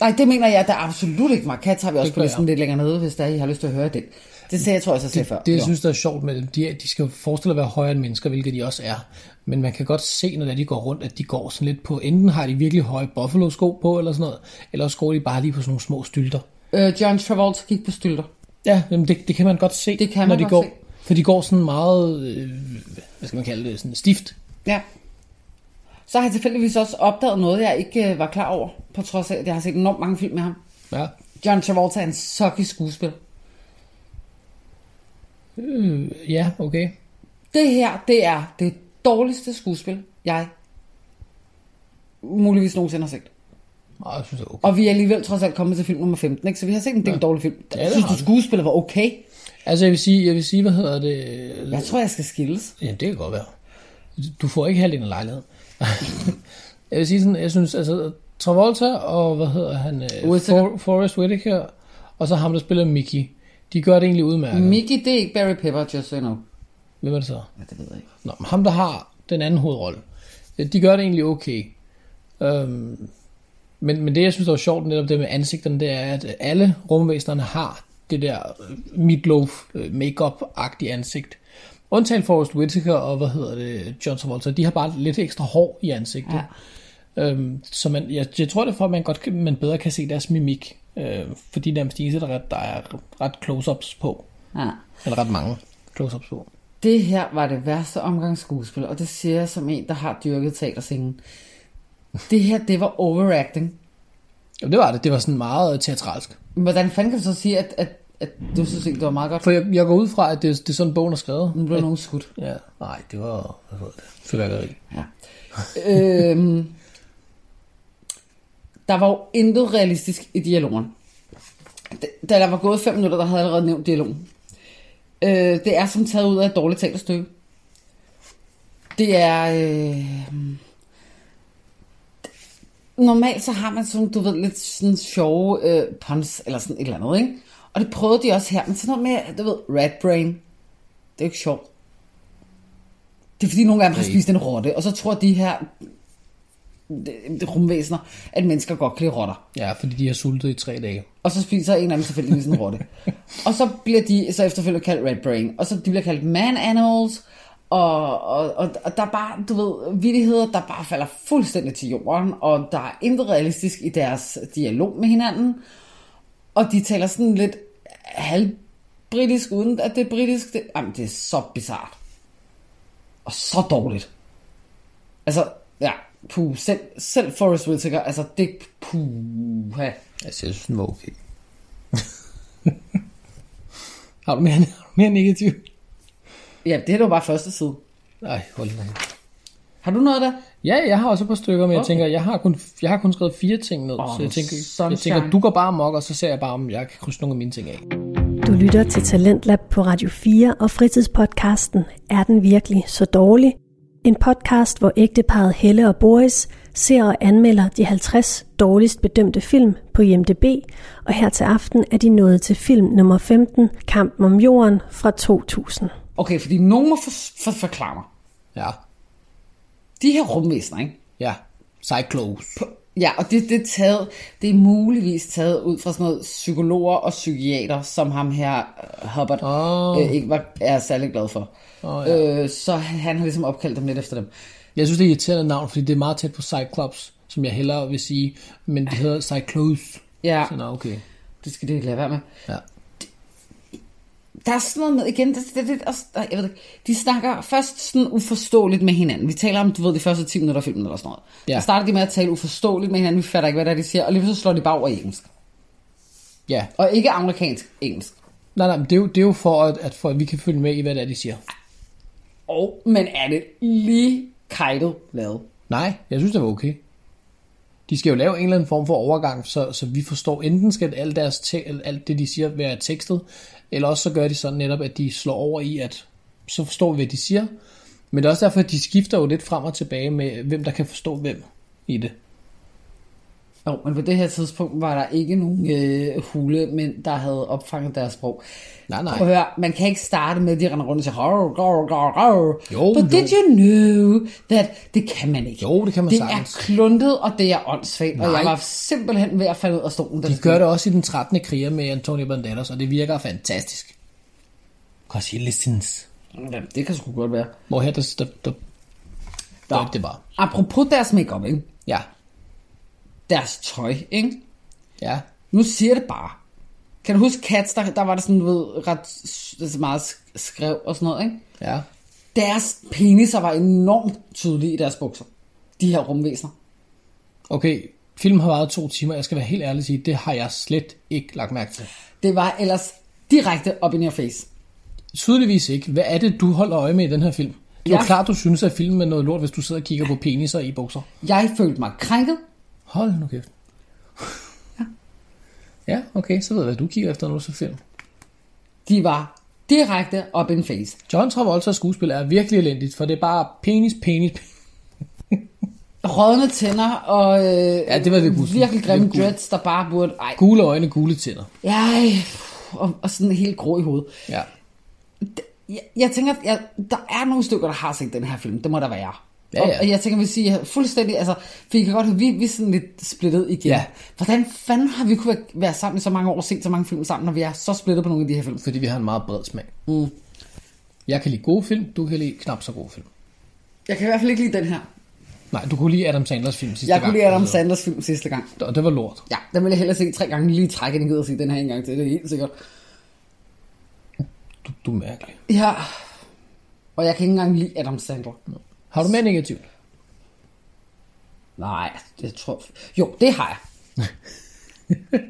Speaker 3: Nej, det mener jeg, der er absolut ikke mig. Cats har vi også på
Speaker 2: gør
Speaker 3: listen
Speaker 2: jeg.
Speaker 3: lidt længere nede, hvis der er, I har lyst til at høre den. Det sagde jeg, tror jeg, så sagde før.
Speaker 2: Det, jeg
Speaker 3: Jo.
Speaker 2: synes, der er sjovt med dem, de, er, de skal jo forestille at være højere end mennesker, hvilket de også er. Men man kan godt se, når det er, de går rundt, at de går sådan lidt på, enten har de virkelig høje buffalo-sko på, eller sådan noget, eller også går de bare lige på sådan nogle små stylter.
Speaker 3: Øh, John Travolta gik på stylter.
Speaker 2: Ja, jamen det, det kan man godt se,
Speaker 3: Det kan
Speaker 2: når
Speaker 3: man
Speaker 2: de
Speaker 3: godt
Speaker 2: går.
Speaker 3: se.
Speaker 2: For de går sådan meget, øh, hvad skal man kalde det, sådan stift.
Speaker 3: Ja. Så har jeg tilfældigvis også opdaget noget, jeg ikke øh, var klar over, på trods af, at jeg har set enormt mange film med ham.
Speaker 2: Ja.
Speaker 3: John Travolta er en sucky skuespiller.
Speaker 2: Øh, ja, okay.
Speaker 3: Det her, det er det dårligste skuespil, jeg muligvis nogensinde har set.
Speaker 2: Nå, Ah, jeg synes, det er okay.
Speaker 3: Og vi er alligevel trods alt kommet til film nummer 15, ikke? så vi har set en del ja. dårlige film.
Speaker 2: det
Speaker 3: Jeg synes,
Speaker 2: har
Speaker 3: du
Speaker 2: vi.
Speaker 3: skuespillet var okay.
Speaker 2: Altså, jeg vil sige, jeg vil sige hvad hedder det?
Speaker 3: Jeg tror, jeg skal skilles.
Speaker 2: Ja, det kan godt være. Du får ikke halvdelen af lejligheden. jeg vil sige sådan, jeg synes, altså, Travolta og, hvad hedder han, øh,
Speaker 3: Whittaker.
Speaker 2: For, Forrest Whitaker, og så ham, der spiller Mickey. De gør det egentlig udmærket.
Speaker 3: Mickey, det er ikke Barry Pepper, just so you know.
Speaker 2: Hvem er det så?
Speaker 3: Ja, det ved jeg ikke.
Speaker 2: Nå, men ham, der har den anden hovedrolle. Øh, De gør det egentlig okay. Øhm, men, men det, jeg synes, der var sjovt netop det med ansigterne, det er, at alle rumvæsenerne har det der øh, meatloaf øh, makeup-agtige ansigt. Undtagen Forrest Whitaker og, hvad hedder det, John Travolta, de har bare lidt ekstra hår i ansigtet. Ja. Øhm, så man, jeg, jeg tror, det er for, at man, godt kan, man bedre kan se deres mimik. Øh, fordi nærmest de eneste, der er, der er ret close-ups på.
Speaker 3: Ja.
Speaker 2: Eller ret mange close-ups på.
Speaker 3: Det her var det værste omgang skuespil, og det siger jeg som en, der har dyrket teaterscenen. Det her, det var overacting.
Speaker 2: Jamen, det var det. Det var sådan meget øh, teatralsk.
Speaker 3: Hvordan fanden kan du så sige, at, at, at du synes ikke, det var meget godt?
Speaker 2: For jeg, jeg går ud fra, at det, det er sådan, bogen er skrevet.
Speaker 3: Nu blev nogen skudt.
Speaker 2: Ja, nej, det var, hvad hedder det, fyrværkeri.
Speaker 3: Ja. øhm, der var jo intet realistisk i dialogen. Da- Da der var gået fem minutter, der havde jeg allerede nævnt dialogen. Øh, det er som taget ud af et dårligt talerstykke. Det er... Øh, normalt så har man sådan, du ved, lidt sådan sjove øh, puns, eller sådan et eller andet, ikke? Og det prøvede de også her, men sådan noget med, du ved, rat brain. Det er jo ikke sjovt. Det er fordi, nogle af dem har spist en rotte, og så tror de her det- det rumvæsener, at mennesker godt kan lide rotter.
Speaker 2: Ja, fordi de har sultet i tre dage.
Speaker 3: Og så spiser en af dem selvfølgelig en rotte. Og så bliver de så efterfølgende kaldt red brain, og så de bliver kaldt man animals, og, og, og, og der er bare, du ved, vidigheder, der bare falder fuldstændig til jorden, og der er intet realistisk i deres dialog med hinanden, og de taler sådan lidt halvbritisk, uden at det er britisk. Det, jamen, det er så bizart. Og så dårligt. Altså, ja, puh, selv, selv Forrest Whitaker, altså det, puh,
Speaker 2: Altså, jeg synes, den var okay. har du mere, har du mere negativ?
Speaker 3: Ja, det her det var bare første side.
Speaker 2: Nej, hold da.
Speaker 3: Har du noget der?
Speaker 2: Ja, jeg har også et par stykker, men okay. jeg
Speaker 3: Okay.
Speaker 2: tænker, jeg har, kun, jeg har kun skrevet fire ting ned,
Speaker 3: Åh,
Speaker 2: så jeg tænker, jeg
Speaker 3: sunshine.
Speaker 2: tænker, du går bare amok, og så ser jeg bare, om jeg kan krydse nogle af mine ting af.
Speaker 1: Du lytter til Talentlab på Radio 4 og fritidspodcasten Er den virkelig så dårlig? En podcast, hvor ægteparet Helle og Boris ser og anmelder de 50 dårligst bedømte film på IMDb, og her til aften er de nået til film nummer 15, Kampen om jorden fra 2000.
Speaker 3: Okay, fordi nogen må for, for, forklare mig.
Speaker 2: Ja,
Speaker 3: De her rumvæsener, ikke?
Speaker 2: ja. Cyclos.
Speaker 3: På, Ja, og det, det, er taget, det er muligvis taget ud fra sådan noget psykologer og psykiater, som ham her øh, Hubbard
Speaker 2: Åh.
Speaker 3: øh, ikke var, er særlig glad for.
Speaker 2: Åh,
Speaker 3: ja. øh, så han har ligesom opkaldt dem lidt efter dem.
Speaker 2: Jeg synes, det er et irriterende navn, fordi det er meget tæt på Cyclops, som jeg hellere vil sige, men det hedder Cyclops.
Speaker 3: Ja,
Speaker 2: Så nå, okay.
Speaker 3: det skal det ikke lade være med.
Speaker 2: Ja.
Speaker 3: der er sådan noget med, igen, det, det, det, også, nej, jeg ved det, ikke. de snakker først sådan uforståeligt med hinanden. Vi taler om, du ved, de første 10 minutter af filmen eller sådan noget.
Speaker 2: Ja.
Speaker 3: Ja. Så starter de med at tale uforståeligt med hinanden, vi fatter ikke, hvad det er, de siger, og lige så slår de bare over i engelsk.
Speaker 2: Ja,
Speaker 3: Og ikke amerikansk engelsk.
Speaker 2: nej, nej, men det er jo, det er jo for, at, at, for, at vi kan følge med i, hvad det er, de siger.
Speaker 3: Og, men er det lige kajtet lavet?
Speaker 2: Nej, jeg synes, det var okay. De skal jo lave en eller anden form for overgang, så, så vi forstår, enten skal alt, deres te- alt det, de siger, være tekstet, eller også så gør de sådan netop, at de slår over i, at så forstår vi, hvad de siger. Men det er også derfor, at de skifter jo lidt frem og tilbage med, hvem der kan forstå hvem i det.
Speaker 3: Jo, men på det her tidspunkt var der ikke nogen øh, hule, men der havde opfanget deres sprog.
Speaker 2: Nej, nej.
Speaker 3: Prøv at høre, man kan ikke starte med, at de render rundt og siger, "Hov, gov, gov, gov."
Speaker 2: Jo,
Speaker 3: But
Speaker 2: jo.
Speaker 3: did you know that, det kan man ikke.
Speaker 2: Jo, det kan man
Speaker 3: Det
Speaker 2: sagtens.
Speaker 3: er kluntet, og det er åndssvagt, og
Speaker 2: Nej.
Speaker 3: jeg var simpelthen ved at falde ud af stolen. da
Speaker 2: De
Speaker 3: det
Speaker 2: gør
Speaker 3: skete.
Speaker 2: det også i den 13. kriger med Antonio Banderas, og det virker fantastisk. Cause he listens.
Speaker 3: Jamen, det kan sgu godt være.
Speaker 2: Hvor her, der, der, der, der, der det bare.
Speaker 3: Apropos deres makeup, ikke?
Speaker 2: Ja,
Speaker 3: Deres tøj, ikke?
Speaker 2: ja.
Speaker 3: Nu siger det bare. Kan du huske Cats, der, der var der sådan, du ved, ret s- meget sk- skrev og sådan noget, ikke?
Speaker 2: Ja.
Speaker 3: Deres peniser var enormt tydelige i deres bukser. De her rumvæsener.
Speaker 2: Okay, filmen har varet to timer. Jeg skal være helt ærlig og sige, det har jeg slet ikke lagt mærke til.
Speaker 3: Det var ellers direkte op in your face.
Speaker 2: Tydeligvis ikke. Hvad er det, du holder øje med i den her film? Det er jo
Speaker 3: Ja.
Speaker 2: klart, du synes, at filmen er noget lort, hvis du sidder og kigger på peniser i bukser.
Speaker 3: Jeg følte mig krænket.
Speaker 2: Hold nu kæft. Ja, okay, så ved jeg, hvad du kigger efter, når du ser film.
Speaker 3: De var direkte op in face.
Speaker 2: John Travolta's skuespil er virkelig elendigt, for det er bare penis, penis, penis.
Speaker 3: Rådne tænder og øh, ja,
Speaker 2: det var lidt gult.
Speaker 3: virkelig grimme
Speaker 2: Lidt gult.
Speaker 3: dreads, der bare burde... Ej,
Speaker 2: Gule øjne, gule tænder.
Speaker 3: ej og, og sådan helt grå i hovedet.
Speaker 2: Ja.
Speaker 3: Jeg, jeg tænker, at jeg, der er nogle stykker, der har set den her film. Det må der være.
Speaker 2: Ja, ja.
Speaker 3: Og, og jeg tænker, vi siger fuldstændig, altså, for I kan godt høre, vi, vi er sådan lidt splittet igen.
Speaker 2: Ja.
Speaker 3: Hvordan fanden har vi kunne være- være sammen i så mange år og set så mange film sammen, når vi er så splittet på nogle af de her film?
Speaker 2: Fordi vi har en meget bred smag. Mm. Jeg kan lide gode film, du kan lide knap så gode film.
Speaker 3: Jeg kan i hvert fald ikke lide den her.
Speaker 2: Nej, du kunne lide Adam Sandlers film sidste
Speaker 3: Jeg
Speaker 2: gang.
Speaker 3: kunne lide Adam
Speaker 2: altså.
Speaker 3: Sanders film sidste gang.
Speaker 2: Og det var lort.
Speaker 3: Ja, den ville jeg hellere se tre gange lige trække den ud og se den her en gang til. Det er helt sikkert.
Speaker 2: Du, du er mærkelig.
Speaker 3: Ja. Og jeg kan ikke engang lide Adam Sandler.
Speaker 2: Har du mere negativt?
Speaker 3: Nej, det tror Jo, det har jeg.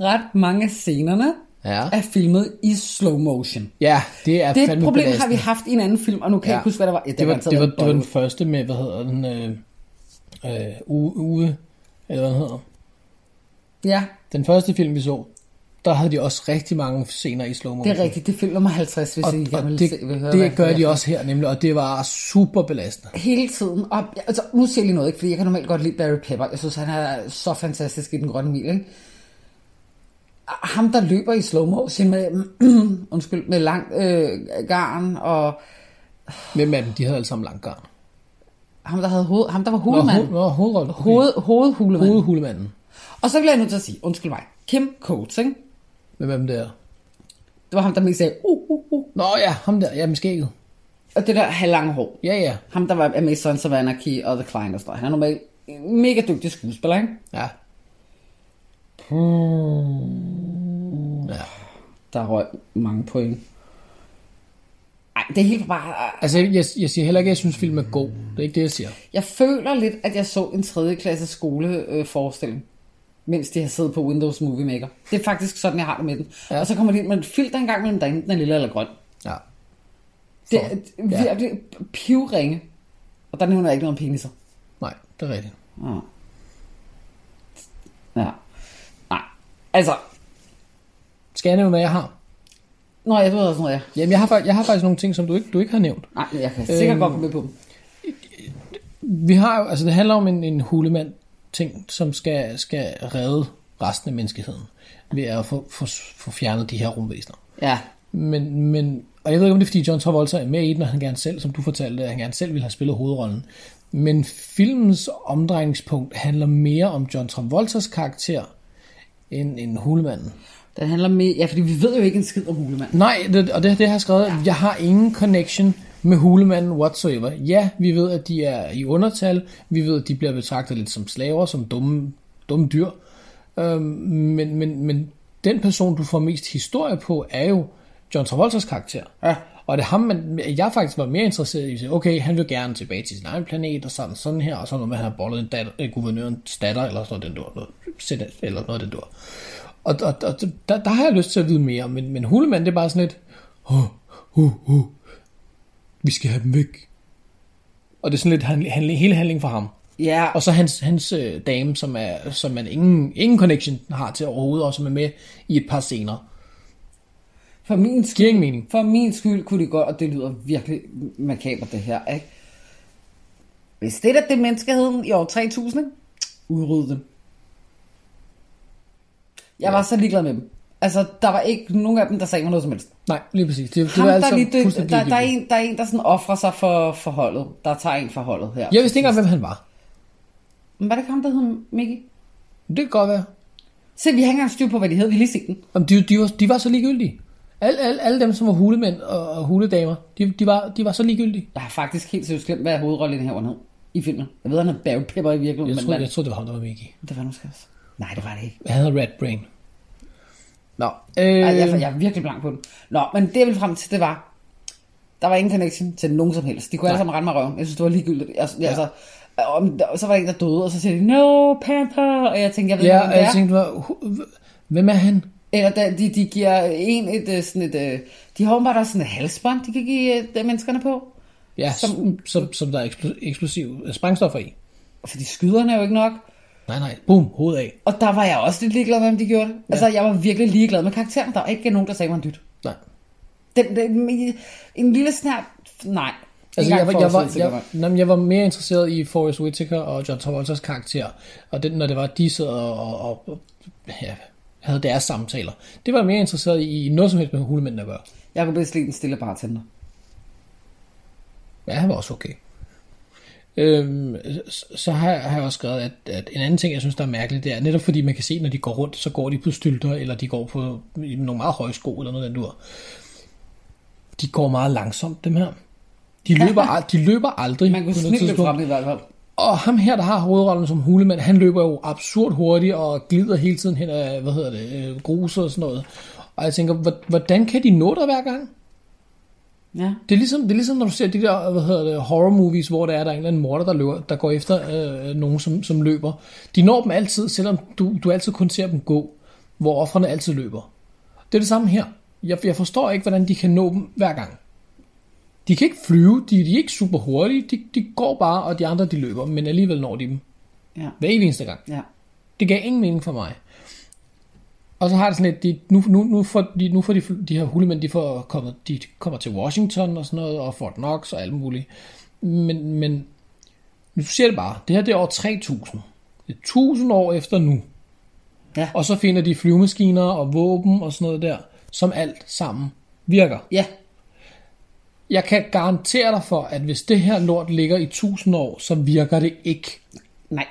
Speaker 3: Ret mange af scenerne
Speaker 2: Ja.
Speaker 3: er filmet i slow motion.
Speaker 2: Ja, det er
Speaker 3: Det
Speaker 2: fandme
Speaker 3: problem har vi
Speaker 2: belastende.
Speaker 3: haft i en anden film, og nu kan ja. jeg ikke huske, hvad der var. Ja,
Speaker 2: det var,
Speaker 3: garanteret
Speaker 2: det var,
Speaker 3: ikke
Speaker 2: det var den
Speaker 3: Bollywood.
Speaker 2: første med, hvad hedder den, øh, øh, uge, uge, eller hvad den hedder.
Speaker 3: Ja,
Speaker 2: Den første film, vi så, der havde de også rigtig mange scener i slow
Speaker 3: det
Speaker 2: motion.
Speaker 3: er rigtigt. Det er film nummer 50, hvis
Speaker 2: Og,
Speaker 3: I
Speaker 2: og
Speaker 3: gerne vil
Speaker 2: det,
Speaker 3: se. Vil høre, hvad
Speaker 2: det gør
Speaker 3: jeg-
Speaker 2: de også her nemlig, og det var super belastende.
Speaker 3: hele tiden op. Altså, nu siger jeg lige noget, ikke? fordi jeg kan normalt godt lide Barry Pepper. Jeg synes, han er så fantastisk i den grønne mil. Ikke? Og Ham, der løber i slow motion med, undskyld, med lang øh, garn, og
Speaker 2: Hvem af dem, de havde alle sammen lang garn.
Speaker 3: ham, der, havde hoved, ham, der var
Speaker 2: Nå,
Speaker 3: hulemand.
Speaker 2: ho- nå, hovedrollen. Okay.
Speaker 3: Hoved, hovedhulemand. Hoved.
Speaker 2: Hovedhulemanden.
Speaker 3: Og så bliver jeg nødt til at sige, undskyld mig, Kim Coates, ikke?
Speaker 2: Hvem af dem der?
Speaker 3: Det var ham, der mest sagde, uh, uh, uh.
Speaker 2: Nå ja, ham der, ja, med skægget.
Speaker 3: Og det der halvlange hår.
Speaker 2: Ja, ja,
Speaker 3: Ham, der var er med i Sons of Anarchy og The Client og sådan noget. Han er normalt en mega dygtig skuespiller, ikke?
Speaker 2: ja.
Speaker 3: Der røg mange point. Ej, det er helt bare...
Speaker 2: Altså, jeg, jeg siger heller ikke, at jeg synes, filmen er god. Det er ikke det, jeg siger.
Speaker 3: Jeg føler lidt, at jeg så en 3. klasse skoleforestilling, mens de har siddet på Windows Movie Maker. Det er faktisk sådan, jeg har det med den.
Speaker 2: Ja.
Speaker 3: Ja. Og så kommer de ind med et filter engang mellem, der enten er lille eller grøn.
Speaker 2: Ja.
Speaker 3: Det
Speaker 2: For-
Speaker 3: er virkelig pivringe. Og der nævner jeg ikke noget om peniser.
Speaker 2: Nej, det er rigtigt.
Speaker 3: Ja. ja. Nej. Altså,
Speaker 2: Skal jeg nævne, hvad jeg har?
Speaker 3: nå, jeg ved også noget, jeg...
Speaker 2: Jamen, jeg har, fak- jeg har faktisk nogle ting, som du ikke, du ikke har nævnt.
Speaker 3: Nej, jeg kan sikkert
Speaker 2: Øhm.
Speaker 3: godt komme med på dem.
Speaker 2: Vi har jo, altså det handler om en, en hulemand ting, som skal, skal redde resten af menneskeheden ved at få, få, få fjernet de her rumvæsener.
Speaker 3: Ja.
Speaker 2: Men, men, og jeg ved ikke, om det er, fordi John Travolta er med i den, og han gerne selv, som du fortalte, at han gerne selv ville have spillet hovedrollen. Men filmens omdrejningspunkt handler mere om John Travoltas karakter, end, end hulemanden.
Speaker 3: Den handler mere... Ja, fordi vi ved jo ikke en skid om hulemanden.
Speaker 2: Nej, det, og det, det har jeg skrevet. Jeg har ingen connection med hulemanden whatsoever. Ja, vi ved, at de er i undertal. Vi ved, at de bliver betragtet lidt som slaver, som dumme, dumme dyr. Øhm, men, men, men den person, du får mest historie på, er jo John Travoltas karakter. Ja. Og det er ham, man, jeg faktisk var mere interesseret i at sige, okay, han vil gerne tilbage til sin egen planet, og sådan, sådan her, og sådan noget med, at han har bollet en datter, eh, guvernørens datter, eller sådan noget, den dur, noget, sæt- eller noget, den dur. Og, og, og der, der, har jeg lyst til at vide mere, men, men Hulemand, det er bare sådan lidt, oh, oh, oh, vi skal have dem væk. Og det er sådan lidt handl- handl- hele handlingen for ham.
Speaker 3: Ja,
Speaker 2: Og så hans, hans øh, dame, som, er, som man ingen, ingen connection har til overhovedet, og som er med i et par scener.
Speaker 3: for min skyld...
Speaker 2: Giver ingen mening.
Speaker 3: For min skyld kunne det godt, og det lyder virkelig makabert det her, ikke? Hvis det er det menneskeheden i år 3000, ikke? udrydde dem. Jeg var så ligeglad med dem. Altså, der var ikke nogen af dem, der sagde mig noget som helst.
Speaker 2: Nej, lige præcis. Det, det
Speaker 3: Ham,
Speaker 2: var
Speaker 3: der,
Speaker 2: altså
Speaker 3: lige død,
Speaker 2: fuldstændig
Speaker 3: der, der, er
Speaker 2: ligegyldigt.
Speaker 3: en, der er en, der sådan offrer sig for, for holdet. Der tager en for holdet her.
Speaker 2: Jeg vidste ikke engang, hvem han var.
Speaker 3: Men var det ikke ham, der hed Mickey?
Speaker 2: Det kan godt være.
Speaker 3: Se, vi har ikke engang styr på, hvad de hed. Vi har lige set den.
Speaker 2: Om de, de, var, de var så ligegyldige. Alle, alle, alle dem, som var hulemænd og, og huledamer, de, de, var, de var så ligegyldige.
Speaker 3: Jeg har faktisk helt seriøst glemt, hvad hovedrollen i den her hed i filmen. Jeg ved, han er bagpepper i virkeligheden.
Speaker 2: Jeg
Speaker 3: men
Speaker 2: tror,
Speaker 3: man-
Speaker 2: jeg tror, det var ham, der var Mickey.
Speaker 3: Det var det måske også. Nej, det var det ikke.
Speaker 2: Han havde red brain. Nå. Øh,
Speaker 3: Ej, jeg, jeg er virkelig blank på den. Nå, men det jeg ville frem til, det var, der var ingen connection til nogen som helst. De kunne alle sammen rende mig røven. Jeg synes, det var ligegyldigt. Jeg, jeg, ja. altså, om, der, så var der en, der døde, og så siger de, no, Panther, og jeg tænkte, jeg ved
Speaker 2: ja,
Speaker 3: ikke,
Speaker 2: og jeg
Speaker 3: hvem det
Speaker 2: tænkte, hvor- hu- hvem er han?
Speaker 3: er. Eller der, de, de giver en et, øh, sådan et, øh, de har åbenbart også sådan et halsbånd, de kan give øh, de menneskerne på.
Speaker 2: Ja, som,
Speaker 3: Som-
Speaker 2: som, som der er eksplo- eksplosiv sprængstoffer i.
Speaker 3: Fordi skyderne er jo ikke nok.
Speaker 2: Nej, nej. Boom, hoved af.
Speaker 3: Og der var jeg også lidt ligeglad med, om de gjorde det. Altså, jeg var virkelig ligeglad med karakteren. Der var ikke nogen, der sagde mig en dyt.
Speaker 2: Nej.
Speaker 3: Den, den, en lille snært, nej.
Speaker 2: Altså,
Speaker 3: Ikke
Speaker 2: jeg, var,
Speaker 3: engang
Speaker 2: jeg, var,
Speaker 3: forudsigelse,
Speaker 2: jeg,
Speaker 3: det var.
Speaker 2: nej, men jeg var mere interesseret i Forrest Whitaker og John Travoltas karakter, og den, når det var, at de sad og, og, og ja, havde deres samtaler. Det var jeg mere interesseret i, i noget som helst med hulemændene at gøre.
Speaker 3: Jeg kunne bedst lide den stille bartender.
Speaker 2: Ja, han var også okay. Øhm, så, så har, jeg, har jeg også skrevet, at, at en anden ting, jeg synes, der er mærkeligt, det er netop fordi, man kan se, når de går rundt, så går de på stylter, eller de går på nogle meget høje sko, eller noget af den dur. De går meget langsomt, dem her. De løber, ald- de løber aldrig
Speaker 3: Man kunne
Speaker 2: på noget
Speaker 3: snilt lidt
Speaker 2: tidspunkt.
Speaker 3: frem i hvert fald.
Speaker 2: Og ham her, der har hovedrollen som hulemand, han løber jo absurd hurtigt og glider hele tiden hen af, hvad hedder det, øh, grus og sådan noget. Og jeg tænker, hvor- hvordan kan de nå dig hver gang?
Speaker 3: Ja.
Speaker 2: Det er ligesom, det er ligesom når du ser de der, hvad hedder det, horror movies, hvor der er, der er en eller anden morder, der, løber, der går efter øh, nogen, som, som løber. De når dem altid, selvom du, du altid kun ser dem gå, hvor offrene altid løber. Det er det samme her. Jeg, jeg forstår ikke, hvordan de kan nå dem hver gang. De kan ikke flyve, de, de er ikke super hurtige, de, de går bare, og de andre de løber, men alligevel når de dem.
Speaker 3: Ja.
Speaker 2: Hver evig eneste gang.
Speaker 3: ja.
Speaker 2: Det gav ingen mening for mig. Og så har det sådan lidt, de, nu, nu, nu får, de, nu får de, de her hulemænd, de, får kommet, de kommer til Washington og sådan noget, og Fort Knox og alt muligt. Men, men nu siger det bare, det her det er år 3000. Det er 1000 år efter nu.
Speaker 3: Ja.
Speaker 2: Og så finder de flyvemaskiner og våben og sådan noget der, som alt sammen virker.
Speaker 3: Ja.
Speaker 2: Jeg kan garantere dig for, at hvis det her lort ligger i 1000 år, så virker det ikke.
Speaker 3: Nej.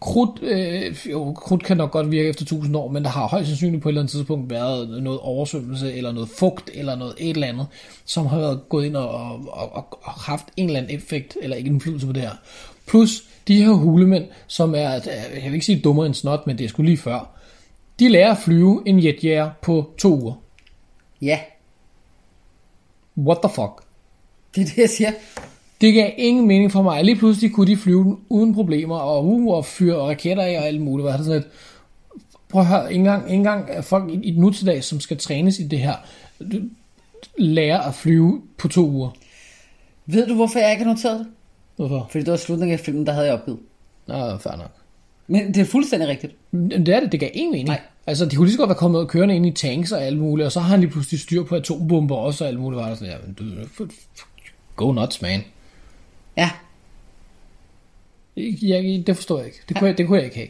Speaker 2: Krudt, øh, jo, krudt kan nok godt virke efter 1000 år, men der har højst sandsynligt på et eller andet tidspunkt været noget oversvømmelse, eller noget fugt, eller noget et eller andet, som har været gået ind og, og, og, og haft en eller anden effekt, eller ikke indflydelse på det her. Plus de her hulemænd, som er, øh, jeg vil ikke sige dummere end snot, men det er sgu lige før, de lærer at flyve en jetjæger på to uger.
Speaker 3: Ja.
Speaker 2: What the fuck?
Speaker 3: Det er det, jeg siger.
Speaker 2: Det gav ingen mening for mig. Lige pludselig kunne de flyve den uden problemer, og uh, og fyre og raketter af og alt muligt. Var det sådan lidt, prøv at høre, ikke engang, ikke engang er folk i, i nu til dag, som skal trænes i det her, du- lærer at flyve på to uger.
Speaker 3: Ved du, hvorfor jeg ikke har noteret det?
Speaker 2: Hvorfor?
Speaker 3: Fordi det var slutningen af filmen, der havde jeg opgivet.
Speaker 2: Nå, fair nok.
Speaker 3: Men det er fuldstændig rigtigt.
Speaker 2: Men Det er det, det gav ingen mening. Nej.
Speaker 3: Nej.
Speaker 2: Altså, de kunne lige så godt være kommet og kørende ind i tanks og alt muligt, og så har han lige pludselig styr på atombomber også og alt muligt. Var det sådan, ja, men du, go nuts, man.
Speaker 3: Ja.
Speaker 2: Jeg, det forstår jeg ikke. Det kunne, jeg, det kunne jeg ikke have.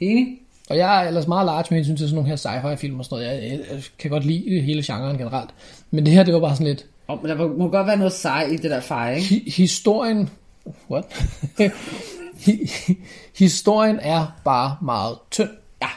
Speaker 3: Enig?
Speaker 2: Og jeg er ellers meget large med hensyn til sådan nogle her sci-fi film og sådan noget. Jeg, jeg, jeg kan godt lide hele genren generelt. Men det her, det var bare sådan lidt...
Speaker 3: Oh, men der må godt være noget sej i det der fej, ikke?
Speaker 2: Hi- historien What? Historien er bare meget tynd. Ja.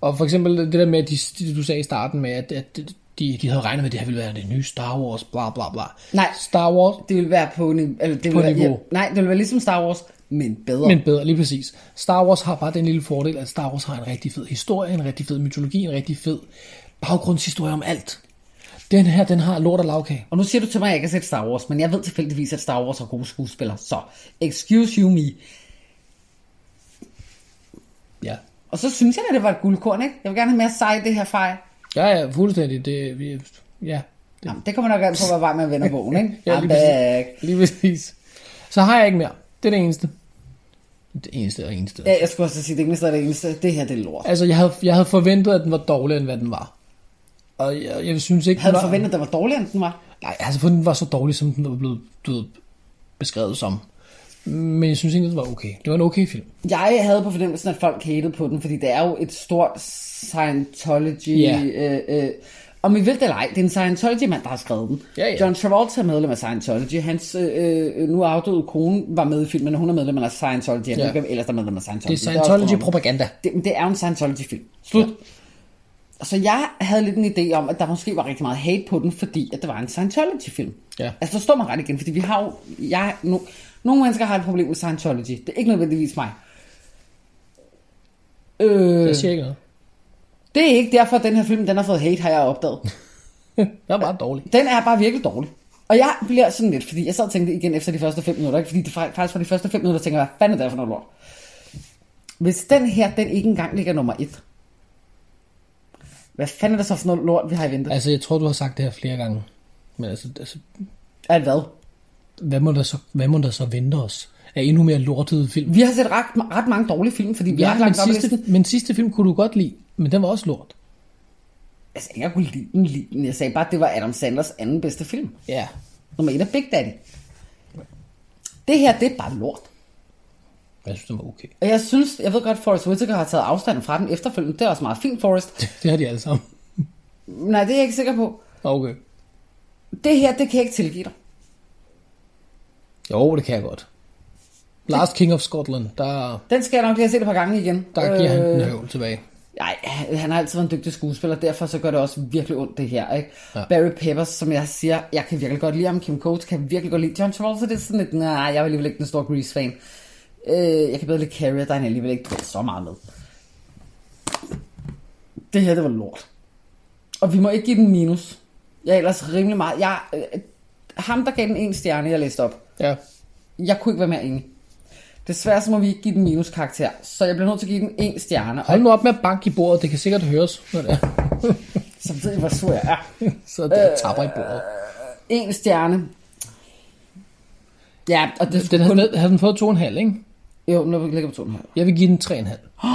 Speaker 2: Og for eksempel det der med, at de, det, du sagde i starten med, at, at de, de havde regnet med, at det her ville være det nye Star Wars, bla bla bla.
Speaker 3: Nej.
Speaker 2: Star Wars,
Speaker 3: Det vil være på, ni- eller det
Speaker 2: På
Speaker 3: vil være,
Speaker 2: niveau.
Speaker 3: Ja, nej, det vil være ligesom Star Wars, men bedre.
Speaker 2: men bedre, lige præcis. Star Wars har bare den lille fordel, at Star Wars har en rigtig fed historie, en rigtig fed mytologi, en rigtig fed baggrundshistorie om alt. Den her, den har lort og lavkage.
Speaker 3: Og nu siger du til mig, at jeg ikke har set Star Wars, men jeg ved tilfældigvis, at Star Wars har gode skuespillere. Så, excuse you me.
Speaker 2: Ja.
Speaker 3: Og så synes jeg, at det var et guldkorn, ikke? Jeg vil gerne have mere sej det her fejl.
Speaker 2: Ja, ja, fuldstændig. Det, vi- ja, det,
Speaker 3: Jamen, det kommer nok an på, hvor vej man vender bogen, ikke? øh,
Speaker 2: Ja,
Speaker 3: I'm
Speaker 2: lige
Speaker 3: back.
Speaker 2: præcis. lige præcis. Så har jeg ikke mere. Det er det eneste. Det eneste og eneste.
Speaker 3: Ja, jeg skulle også sige, det eneste er det eneste. Det her, det er lort.
Speaker 2: Altså, jeg havde, jeg havde forventet, at den var dårligere, end hvad den var. Og jeg, jeg synes ikke,
Speaker 3: Jeg havde
Speaker 2: den var,
Speaker 3: forventet, at den var dårligere, end den var.
Speaker 2: Nej, altså, for den var så dårlig, som den var blevet, blevet beskrevet som. Men jeg synes egentlig, den var okay. Det var en okay film.
Speaker 3: Jeg havde på fornemmelsen, at folk hatede på den, fordi det er jo et stort Scientology...
Speaker 2: Ja.
Speaker 3: Øh, øh, om I vil det eller ej, det er en Scientology-mand, der har skrevet den.
Speaker 2: Ja, ja.
Speaker 3: John Travolta er medlem af Scientology. Hans øh, øh, nu afdøde kone var med i filmen, og hun er medlem af Scientology. Jeg ja.
Speaker 2: Ja.
Speaker 3: ved ikke, hvem ellers der er medlem af
Speaker 2: Det
Speaker 3: Scientology.
Speaker 2: er
Speaker 3: også fremragende.
Speaker 2: Scientology-propaganda.
Speaker 3: det, men det er jo en Scientology-film. Slut. Ja. Så jeg havde lidt en idé om, at der måske var rigtig meget hate på den, fordi at det var en Scientology-film.
Speaker 2: Ja.
Speaker 3: Altså forstår mig ret igen, fordi vi har jo... Jeg, no, nogle mennesker har et problem med Scientology. Det er ikke nødvendigvis mig. Øh,
Speaker 2: Jeg siger ikke noget.
Speaker 3: det er ikke derfor, at den her film den har fået hate, har jeg opdaget.
Speaker 2: Den var bare dårlig.
Speaker 3: Den er bare virkelig dårlig. Og jeg bliver sådan lidt, fordi jeg sad og tænkte igen efter de første 5 minutter, ikke? fordi det fa- faktisk var de første 5 minutter, tænker jeg, hvad fanden er det for noget lort? Hvis den her, den ikke engang ligger nummer 1, hvad fanden er det så for noget lort, vi har i vente?
Speaker 2: Altså, jeg tror, du har sagt det her flere gange. Men altså, altså
Speaker 3: At hvad?
Speaker 2: hvad, må der så, hvad må der så vente os? Af endnu mere lortede film?
Speaker 3: Vi har set ret, ret mange dårlige film, fordi vi har
Speaker 2: Ja,
Speaker 3: ikke
Speaker 2: men
Speaker 3: lagt op i listen.
Speaker 2: sidste, men sidste film kunne du godt lide, men den var også lort.
Speaker 3: Altså, jeg kunne lide den, lide den. Jeg sagde bare, at det var Adam Sandlers anden bedste film.
Speaker 2: Ja.
Speaker 3: Nummer 1 er Big Daddy. Det her, det er bare lort.
Speaker 2: Jeg synes, den var okay.
Speaker 3: Og jeg synes, jeg ved godt, Forrest Whitaker har taget afstand fra den efterfølgende. Det er også meget fint, Forrest.
Speaker 2: Det har de alle sammen.
Speaker 3: Nej, det er jeg ikke sikker på.
Speaker 2: Okay.
Speaker 3: Det her, det kan jeg ikke tilgive dig.
Speaker 2: Jo, det kan jeg godt. Last King of Scotland, der,
Speaker 3: Den skal jeg nok lige have set et par gange igen.
Speaker 2: der giver han den
Speaker 3: Øh,
Speaker 2: høvl tilbage.
Speaker 3: Nej, han har altid været en dygtig skuespiller, derfor så gør det også virkelig ondt det her. Ikke? Ja. Barry Peppers, som jeg siger, jeg kan virkelig godt lide ham. Kim Coates kan jeg virkelig godt lide. John Travolta, det er sådan lidt, nej, jeg er alligevel ikke den store Grease-fan. Øh, jeg kan bedre lide Carrie, der er han alligevel ikke så meget med. Det her, det var lort. Og vi må ikke give den minus. Jeg er ellers rimelig meget... Jeg, øh, ham, der gav den en stjerne, jeg læste op,
Speaker 2: Ja.
Speaker 3: jeg kunne ikke være mere enig. Desværre så må vi ikke give den minuskarakter, så jeg bliver nødt til at give den en stjerne. Og
Speaker 2: Hold nu op med at banke i bordet, det kan sikkert høres, når det er.
Speaker 3: så ved jeg, hvor sur jeg er.
Speaker 2: Så der øh, tapper i bordet.
Speaker 3: En stjerne. Ja, og det
Speaker 2: Den
Speaker 3: skulle
Speaker 2: havde,
Speaker 3: kun...
Speaker 2: havde den fået 2,5, ikke?
Speaker 3: Jo, nu ligger på 2,5.
Speaker 2: Jeg vil give den 3,5.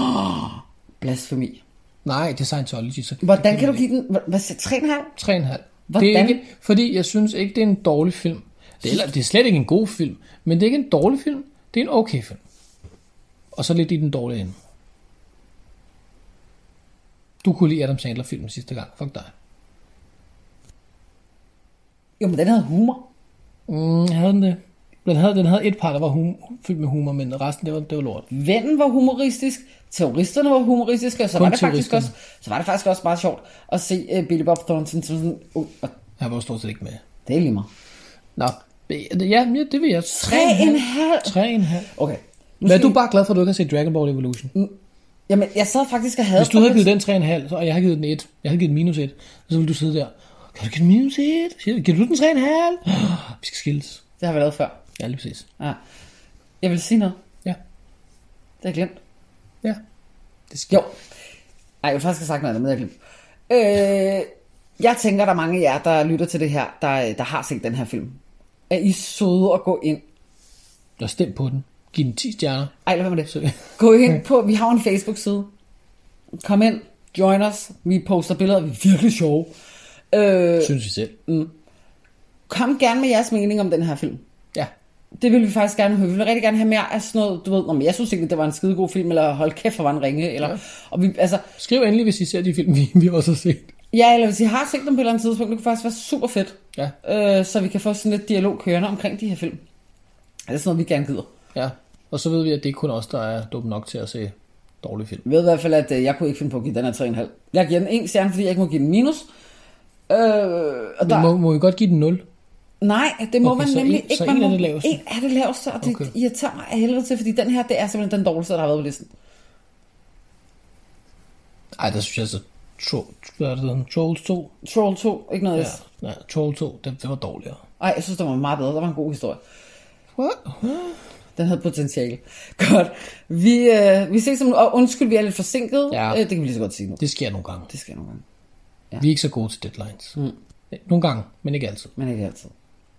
Speaker 3: Blasfemi.
Speaker 2: Nej, det er Scientology, så
Speaker 3: Hvordan kan du give den... Hvad hvad siger 3,5?
Speaker 2: 3,5. Det er
Speaker 3: Hvordan?
Speaker 2: ikke, fordi jeg synes ikke, det er en dårlig film. Det er, eller, det er slet ikke en god film, men det er ikke en dårlig film. Det er en okay film. Og så lidt i den dårlige ende. Du kunne lide Adam Sandler-filmen sidste gang. Fuck dig.
Speaker 3: Jo, men den havde humor.
Speaker 2: Mm, havde den det? Den havde, den havde et par, der var hum- fyldt med humor, men resten, det var, det var lort.
Speaker 3: Vennen var humoristisk. Terroristerne var humoristiske. Og så
Speaker 2: Kun
Speaker 3: var, det faktisk også,
Speaker 2: terroristerne.
Speaker 3: så var det faktisk også meget sjovt at se uh, Billy Bob Thornton som sådan... Uh, og
Speaker 2: Jeg var jo stort set ikke med.
Speaker 3: det er lige meget.
Speaker 2: Nå, ja, ja det vil jeg. 3,5.
Speaker 3: 3,5.
Speaker 2: 3,5.
Speaker 3: Okay. Nu
Speaker 2: Men er
Speaker 3: skal
Speaker 2: du
Speaker 3: vi-
Speaker 2: bare glad for, at du ikke har set Dragon Ball Evolution?
Speaker 3: Jamen, jeg sad faktisk og havde...
Speaker 2: Hvis du havde givet den 3,5, så- og jeg havde givet den 1, jeg havde givet den minus 1, så ville du sidde der. Kan du give den minus 1? Giver du den 3,5? Vi skal skilles.
Speaker 3: Det har vi lavet før.
Speaker 2: Ja, lige præcis.
Speaker 3: Ja. Jeg vil sige noget.
Speaker 2: Ja.
Speaker 3: Det har jeg glemt.
Speaker 2: Ja. Det
Speaker 3: Jo.
Speaker 2: skal.
Speaker 3: Ej, jeg vil faktisk have sagt noget andet, men jeg glemte. Øh, jeg tænker, der er mange af jer, der lytter til det her, der, der har set den her film. Er I søde at gå ind?
Speaker 2: Og stem på den. Giv den 10 stjerner.
Speaker 3: Ej, lad være med det.
Speaker 2: Så-
Speaker 3: Gå ind på, vi har jo en Facebook-side. Kom ind, join os. Vi poster billeder, vi er virkelig sjove. Øh,
Speaker 2: Synes vi selv.
Speaker 3: kom gerne med jeres mening om den her film.
Speaker 2: Ja.
Speaker 3: Det vil vi faktisk gerne høre. Vi vil rigtig gerne have mere af sådan noget, du ved, "Nå, men jeg synes ikke, det var en skidegod film, eller hold kæft, hvor var en ringe, eller, ja. og vi, altså,
Speaker 2: Skriv endelig, hvis I ser de film, vi- vi også har set.
Speaker 3: Ja, eller hvis I har set dem på et eller andet tidspunkt, det kunne faktisk være super fedt.
Speaker 2: Ja.
Speaker 3: Øh, så vi kan få sådan lidt dialog kørende omkring de her film. Er det sådan noget, vi gerne gider?
Speaker 2: Ja. Og så ved vi, at det er kun os, der er dumme nok til at se dårlige film.
Speaker 3: Jeg ved i hvert fald, at øh, jeg kunne ikke finde på at give den her 3,5. Jeg giver den en stjerne, fordi jeg ikke må give den minus. Øh, og der,
Speaker 2: Men må, må vi godt give den 0?
Speaker 3: Nej, det må
Speaker 2: Okay,
Speaker 3: okay, man
Speaker 2: så
Speaker 3: nemlig
Speaker 2: en-
Speaker 3: ikke.
Speaker 2: så
Speaker 3: man
Speaker 2: en er
Speaker 3: må-
Speaker 2: det laveste?
Speaker 3: En er det laveste, og det
Speaker 2: Okay.
Speaker 3: okay. irriterer mig af helvede til, fordi den her, det er simpelthen den dårligste, der har været på listen.
Speaker 2: Ej, der synes jeg så... Tro, hvad er det, den? Trolls 2?
Speaker 3: Troll 2, ikke noget.
Speaker 2: Ja.
Speaker 3: Ja.
Speaker 2: Nej, Troll 2, det, det var dårligere.
Speaker 3: Ej, jeg synes, den var meget bedre. Der var en god historie.
Speaker 2: What?
Speaker 3: Den havde potentiale. Godt. Vi, øh, vi ses om nu. Og undskyld, vi er lidt forsinket.
Speaker 2: Ja.
Speaker 3: Øh, det kan vi lige så godt sige nu.
Speaker 2: Det sker nogle gange.
Speaker 3: Det sker nogle gange.
Speaker 2: Vi er ikke så gode til deadlines. Mm. Nogle gange, men ikke altid.
Speaker 3: Men ikke altid.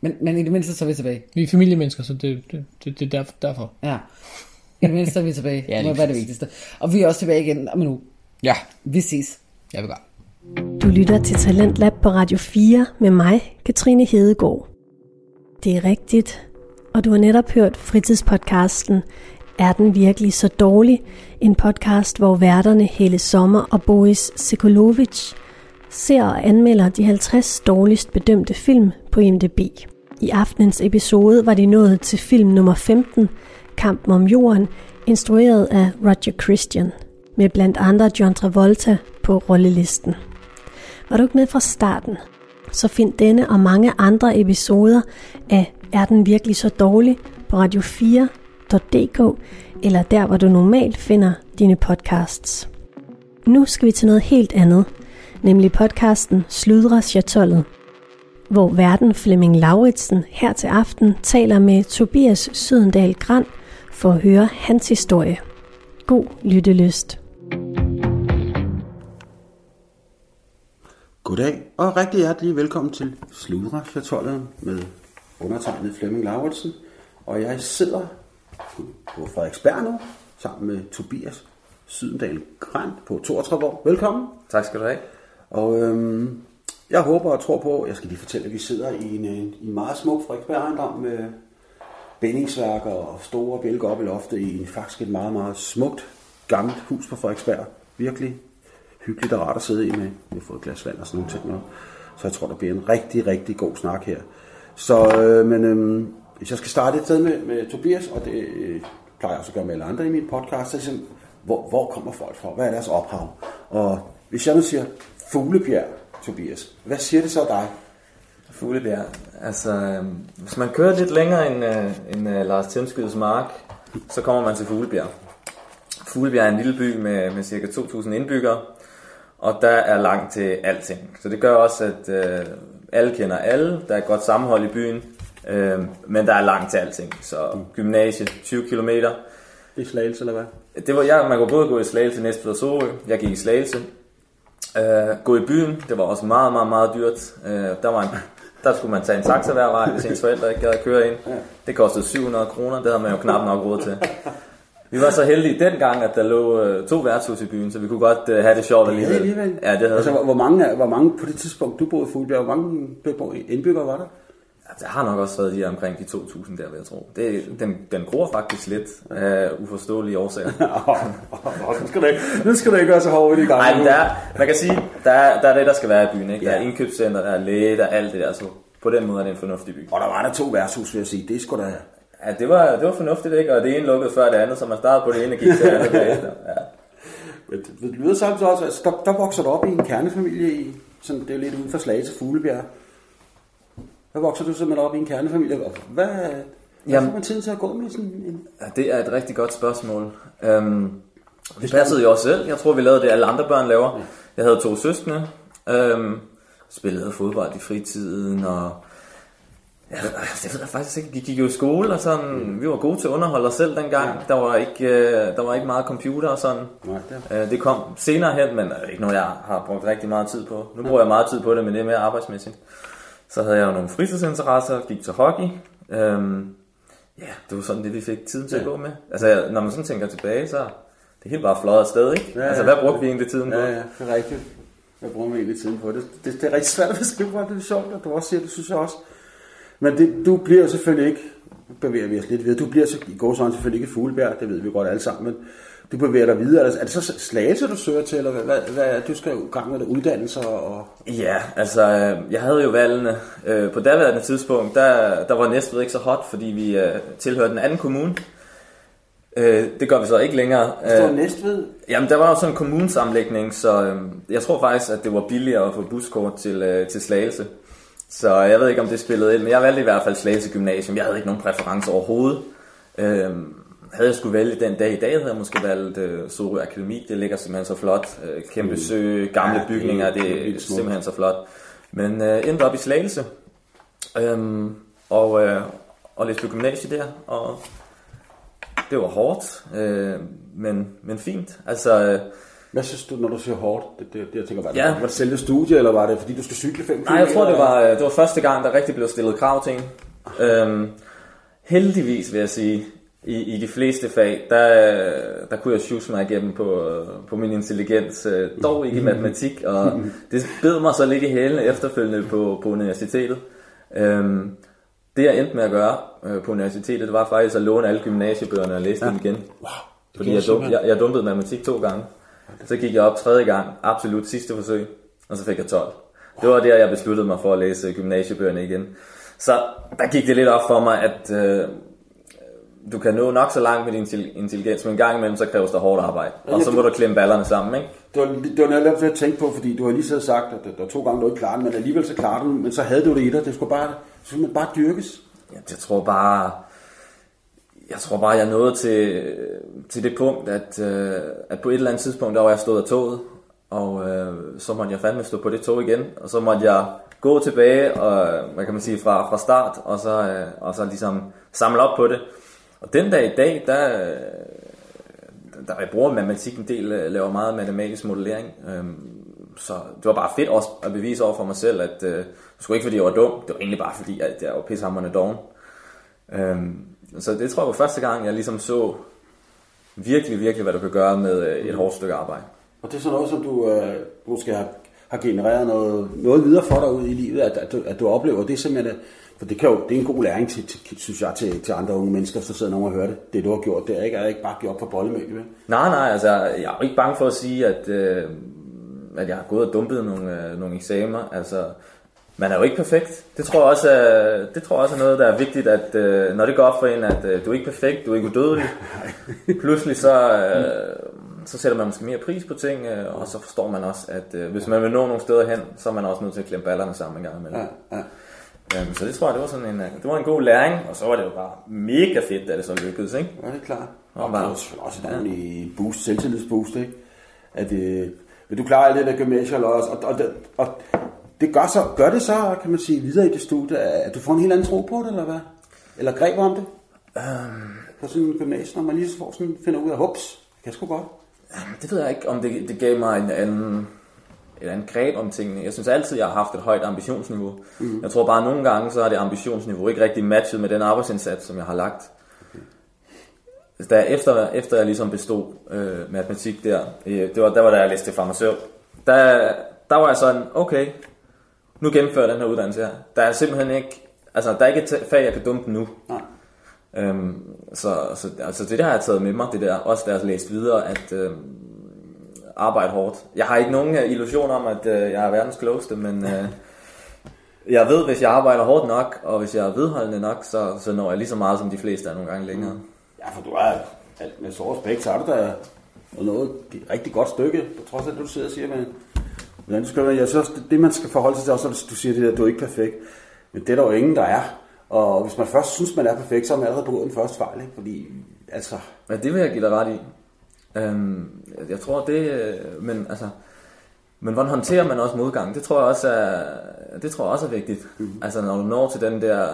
Speaker 3: Men, men i det mindste, så er vi tilbage.
Speaker 2: Vi er familiemennesker, så det, det, det, det er derfor. derfor.
Speaker 3: Ja. I det mindste, er vi tilbage.
Speaker 2: Ja,
Speaker 3: ja, det
Speaker 2: lige
Speaker 3: må være det vigtigste. Og vi er også tilbage igen om en uge.
Speaker 2: Ja,
Speaker 3: Vi ses.
Speaker 2: jeg vil godt.
Speaker 1: Du lytter til Talentlab på Radio 4 med mig, Katrine Hedegaard. Det er rigtigt, og du har netop hørt fritidspodcasten Er den virkelig så dårlig? En podcast, hvor værterne Helle Sommer og Boris Sekolovic ser og anmelder de 50 dårligst bedømte film på IMDb. I aftenens episode var de nået til film nummer 15, Kampen om jorden, instrueret af Roger Christian, med blandt andre John Travolta på rollelisten. Var du ikke med fra starten? Så find denne og mange andre episoder af Er den virkelig så dårlig? på radio4.dk eller der, hvor du normalt finder dine podcasts. Nu skal vi til noget helt andet, nemlig podcasten Sludre Chatollet, hvor verden Flemming Lauritsen her til aften taler med Tobias Sydendal Grand for at høre hans historie. God lyttelyst.
Speaker 4: Goddag, og rigtig hjertelig velkommen til Sludre-chatollet med undertegnet Flemming Lauritsen. Og jeg sidder på Frederiksberg nu, sammen med Tobias Sydendal Grand på 32 år. Velkommen.
Speaker 5: Tak skal du have.
Speaker 4: Og øhm, jeg håber og tror på, jeg skal lige fortælle, at vi sidder i en, øh, i en meget smuk øh, Frederiksberg ejendom med bindingsværker og store bjælker op i loftet i en, faktisk et meget, meget smukt gammelt hus på Frederiksberg. Virkelig hyggeligt og rart at sidde i med. Vi har fået et glas vand og sådan nogle ting. Noget. Så jeg tror, der bliver en rigtig, rigtig god snak her. Så, øh, men øh, hvis jeg skal starte et sted med, med Tobias, og det øh, plejer jeg også at gøre med alle andre i min podcast, så er det sådan, hvor, hvor kommer folk fra? Hvad er deres ophav? Og hvis jeg nu siger Fuglebjerg, Tobias, hvad siger det så dig?
Speaker 5: Fuglebjerg. Altså, øh, hvis man kører lidt længere end, øh, end øh, Lars Tømskydes mark, så kommer man til Fuglebjerg. Fuglebjerg er en lille by med, med cirka 2.000 indbyggere, og der er langt til alting. Så det gør også, at øh, alle kender alle, der er et godt sammenhold i byen, øh, men der er langt til alting. Så gymnasie, 20 kilometer,
Speaker 4: I Slagelse, eller hvad?
Speaker 5: det var jeg, man kunne både gå i Slagelse, Næstved og Sorø. Jeg gik i Slagelse. Uh, gå i byen, det var også meget, meget, meget dyrt. Uh, der, var en, der skulle man tage en taxa hver vej, hvis ens forældre ikke gad at køre ind. Det kostede 700 kroner, det havde man jo knap nok råd til. Vi var så heldige dengang, at der lå øh, to værtshus i byen, så vi kunne godt øh, have det sjovt alligevel. Ja, det havde
Speaker 4: altså,
Speaker 5: vi.
Speaker 4: hvor, hvor, mange, er- hvor mange på det tidspunkt, du boede i Fuglebjerg, hvor mange bebo- indbyggere var der?
Speaker 5: Ja, Det Altså, har nok også været de her omkring de 2.000 der, vil jeg tro. Det, den, den gror faktisk lidt af uforståelige årsager.
Speaker 4: nu, skal du ikke, nu skal du ikke gøre så hårdt i gang.
Speaker 5: Nej, men der er, man kan sige, der er, der er det, der skal være i byen. Ikke? Der er
Speaker 4: Ja.
Speaker 5: indkøbscenter, der er læge, der er alt det der. Så på den måde er det en fornuftig by.
Speaker 4: Og der var der to værtshus, vil jeg sige. Det er sgu da...
Speaker 5: Ja, det var, det var fornuftigt, ikke? Og det ene lukkede før det andet, så man startede på det ene og gik til det andet bagefter. Ja.
Speaker 4: Men Det det lyder samtidig også, altså, der, der vokser du op i en kernefamilie i... Sådan, det er jo lidt uden for Slagelse Fuglebjerg. Der vokser du simpelthen op i en kernefamilie. Og hvad, hvad
Speaker 5: Jamen-
Speaker 4: får man tiden til at gå med sådan en...
Speaker 5: ja, det er et rigtig godt spørgsmål. Øhm, det passede jo også selv. Jeg tror, vi lavede det, alle andre børn laver. Jeg havde to søskende. Øhm, spillede fodbold i fritiden, og Ja, det ved jeg faktisk ikke. Vi gik jo i skole, og sådan,
Speaker 4: Mm.
Speaker 5: vi var gode til at underholde os selv dengang. Der, var ikke, øh, der var ikke meget computer og sådan.
Speaker 4: Nej, det-
Speaker 5: Øh, det kom senere hen, men øh, ikke noget, jeg har brugt rigtig meget tid på. Nu bruger jeg meget tid på det, men det er mere arbejdsmæssigt. Så havde jeg jo nogle fritidsinteresser, gik til hockey. Øhm, ja, det var sådan det, vi fik tiden til at gå med. Altså, jeg- når man sådan tænker tilbage, så det hele bare fløjet afsted, ikke?
Speaker 4: Ja,
Speaker 5: altså,
Speaker 4: ja.
Speaker 5: hvad brugte vi egentlig tiden på?
Speaker 4: Ja, ja, det er rigtigt. Jeg bruger mig egentlig tiden på det. Det, det er rigtig svært at beskrive, hvor det er sjovt, og du også siger, det synes jeg også. Men det, du bliver selvfølgelig ikke, bevæger vi os lidt ved, du bliver så, i går selvfølgelig ikke fuglebær, det ved vi godt alle sammen, men Du bevæger dig videre. Er det så slagelse, du søger til, eller hvad, hvad, hvad du skal jo i gang med uddannelser og...
Speaker 5: Ja, altså, øh, jeg havde jo valgene. Øh, på daværende tidspunkt, der, der var Næstved ikke så hot, fordi vi øh, tilhørte den anden kommune. Øh, det gør vi så ikke længere.
Speaker 4: Det var Næstved.
Speaker 5: Jamen, der var jo sådan en kommunesamlægning, så øh, jeg tror faktisk, at det var billigere at få buskort til, øh, til Slagelse. Så jeg ved ikke, om det spillede ind, men jeg valgte i hvert fald Slagelse Gymnasium. Jeg havde ikke nogen præference overhovedet. Øh, havde jeg skulle vælge den dag i dag, havde jeg måske valgt øh, Sorø Akademi. Det ligger simpelthen så flot. Øh, kæmpe sø, gamle
Speaker 4: Ja, det er
Speaker 5: bygninger, det er
Speaker 4: vildt smukt.
Speaker 5: simpelthen så flot. Men øh, endte op i Slagelse. Øhm, og, øh, og læste på gymnasiet der, og det var hårdt, øh, men, men fint. Altså, øh,
Speaker 4: Hvad synes du, når du søger hårdt? Det, det, det jeg tænker, var det,
Speaker 5: Ja.
Speaker 4: ja. var det selve studie, eller var det, fordi du skulle cykle 5 km?
Speaker 5: nej, jeg tror, det var, øh, det var første gang, der rigtig blev stillet krav til en. Øhm, heldigvis, vil jeg sige, i, i de fleste fag, der, øh, der kunne jeg sjuse mig igennem på, øh, på min intelligens, øh, dog ikke i matematik, og det bed mig så lidt i hælene efterfølgende på, på universitetet. Øhm, det, jeg endte med at gøre øh, på universitetet, det var faktisk at låne alle gymnasiebøgerne og læse ja. dem igen. Fordi jeg, dum, jeg, jeg dumpede matematik to gange. Så gik jeg op tredje gang, absolut sidste forsøg, og så fik jeg 12. Det var der, jeg besluttede mig for at læse gymnasiebøgerne igen. Så der gik det lidt op for mig, at øh, du kan nå nok så langt med din intel- intelligens, men en gang imellem så kræves der hårdt arbejde. Og så må du klemme ballerne sammen, ikke?
Speaker 4: Det var, det var netop det, jeg tænkte på, fordi du har lige siddet og sagt, at der, der var to gange, du ikke klarede den, men alligevel så klarede den, men så havde du det i dig. Det skulle bare, skulle man bare dyrkes.
Speaker 5: Jamen, jeg tror bare, jeg tror bare, jeg nåede til, til det punkt, at, øh, at på et eller andet tidspunkt, der var jeg stået af toget, og øh, så måtte jeg fandme stå på det tog igen, og så måtte jeg gå tilbage, og, hvad kan man sige, fra, fra start, og så, øh, og så ligesom samle op på det. Og den dag i dag, der, øh, der jeg bruger matematik en del, øh, laver meget matematisk modellering, øhm, så det var bare fedt også at bevise over for mig selv, at øh, det skulle ikke fordi jeg var dum, det var egentlig bare fordi, at jeg var pissehammerende doven. Øhm, så det tror jeg var første gang, jeg ligesom så virkelig, virkelig, hvad du kan gøre med øh, et hårdt stykke arbejde.
Speaker 4: Og det er sådan noget, som du øh, måske har, har genereret noget, noget videre for dig ud i livet, at, at, du, at du oplever det er simpelthen, at- for det, kan jo, det er en god læring, til, til, synes jeg, til, til andre unge mennesker, hvis der sidder nogen og hører det. Det, du har gjort, det er ikke, er ikke bare gjort på bollemølle. vel?
Speaker 5: Nej, nej, altså jeg er jo ikke bange for at sige, at, øh, at jeg har gået og dumpet nogle, øh, nogle eksamener. Altså, man er jo ikke perfekt. Det tror jeg også er, det tror jeg også er noget, der er vigtigt, at øh, når det går op for en, at øh, du er ikke perfekt, du er ikke udødelig. Pludselig så, øh,
Speaker 4: Mm.
Speaker 5: så sætter man måske mere pris på ting, øh, og så forstår man også, at øh, hvis man vil nå nogle steder hen, så er man også nødt til at klemme ballerne sammen en gang imellem.
Speaker 4: Ja, ja.
Speaker 5: Øhm, så det tror jeg, det var sådan en, øh, det var en god læring, og så var det jo bare mega fedt, da det så lykkedes, ikke?
Speaker 4: Ja, det er klart.
Speaker 5: Ja,
Speaker 4: Og det
Speaker 5: bare-
Speaker 4: er jo selvfølgelig også et ordentligt boost, selvtillidsboost, ikke? At, øh, vil du klare alt det der gymnasial også? Og, og, det- og det gør, så, gør det så, kan man sige, videre i det studie, at du får en helt anden tro på det, eller hvad? Eller greb om det? På sådan en gymnasium, når man lige så får sådan, finder ud af, hups, det kan sgu godt.
Speaker 5: Det ved jeg ikke, om det, det gav mig en anden, et andet greb om tingene. Jeg synes altid, jeg har haft et højt ambitionsniveau. Mm. Jeg tror bare, at nogle gange, så har det ambitionsniveau ikke rigtig matchet med den arbejdsindsats, som jeg har lagt. Okay. Da efter, efter jeg ligesom bestod øh, matematik der, øh, det var, der var da jeg læste til farmaceut, der, der var jeg sådan, okay, nu gennemfører jeg den her uddannelse her. Der er simpelthen ikke, altså der er ikke et ta- fag, jeg kan dumpe nu.
Speaker 4: Nej.
Speaker 5: Øhm, så, så altså det der har jeg taget med mig, det der, også da jeg har læst videre, at øh, arbejde hårdt. Jeg har ikke nogen øh, illusion om, at øh, jeg er verdens klogeste, men øh, jeg ved, hvis jeg arbejder hårdt nok, og hvis jeg er vedholdende nok, så, så når jeg lige så meget som de fleste er nogle gange længere.
Speaker 4: Ja, for du er, alt med så respekt, så er du da noget et rigtig godt stykke, på trods af det, du sidder og siger, men hvordan du skal være, jeg synes, også, det, det, man skal forholde sig til, også, når du siger det der, du er ikke perfekt, men det er der jo ingen, der er. Og hvis man først synes, man er perfekt, så har man allerede begået den første fejl, ikke? Fordi, altså,
Speaker 5: Ja, det vil jeg give dig ret i. Øhm, jeg tror det, øh, men altså, men hvordan håndterer man også modgang? Det tror jeg også er, det tror jeg også er vigtigt. Mm-hmm. Altså når du når til den der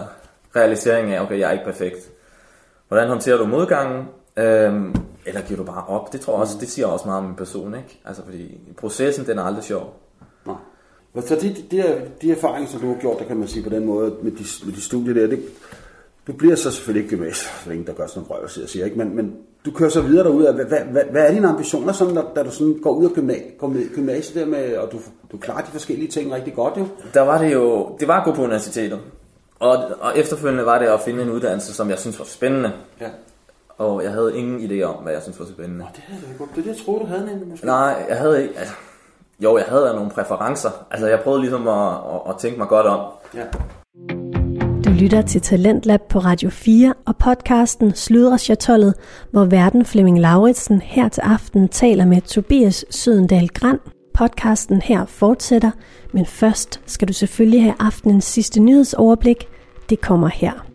Speaker 5: realisering af, okay, jeg er ikke perfekt. Hvordan håndterer du modgangen? Øhm, eller giver du bare op? Det tror jeg også, det siger også meget om en person, ikke? Altså fordi processen, den er aldrig sjov.
Speaker 4: nej. Men Så de, de, de, de erfaringer, som du har gjort, der kan man sige på den måde, med de, med de studier der, det, du bliver så selvfølgelig ikke gymnasiet, for ingen der gør sådan noget røv, jeg siger ikke, men, men du kører så videre derude, hvad, hvad, hvad, hvad er dine ambitioner, sådan, da, da du sådan går ud af gymnasiet, går med, gymnasiet der med, og du, du klarer de forskellige ting rigtig godt jo?
Speaker 5: der var det jo, det var at gå på universitetet. Og, og efterfølgende var det at finde en uddannelse, som jeg synes var spændende.
Speaker 4: Ja.
Speaker 5: og jeg havde ingen idé om, hvad jeg synes var spændende.
Speaker 4: Det havde du ikke. Det er det, jeg troede, du havde en. Måske.
Speaker 5: Nej, jeg havde ikke... Altså, jo, jeg havde da nogle præferencer. Altså, jeg prøvede ligesom at, at, at tænke mig godt om.
Speaker 4: Ja.
Speaker 1: Du lytter til Talentlab på Radio 4 og podcasten Sludrer Chatollet, hvor verden Flemming Lauritsen her til aften taler med Tobias Sødendal Grand. Podcasten her fortsætter, men først skal du selvfølgelig have aftenens sidste nyhedsoverblik. Det kommer her.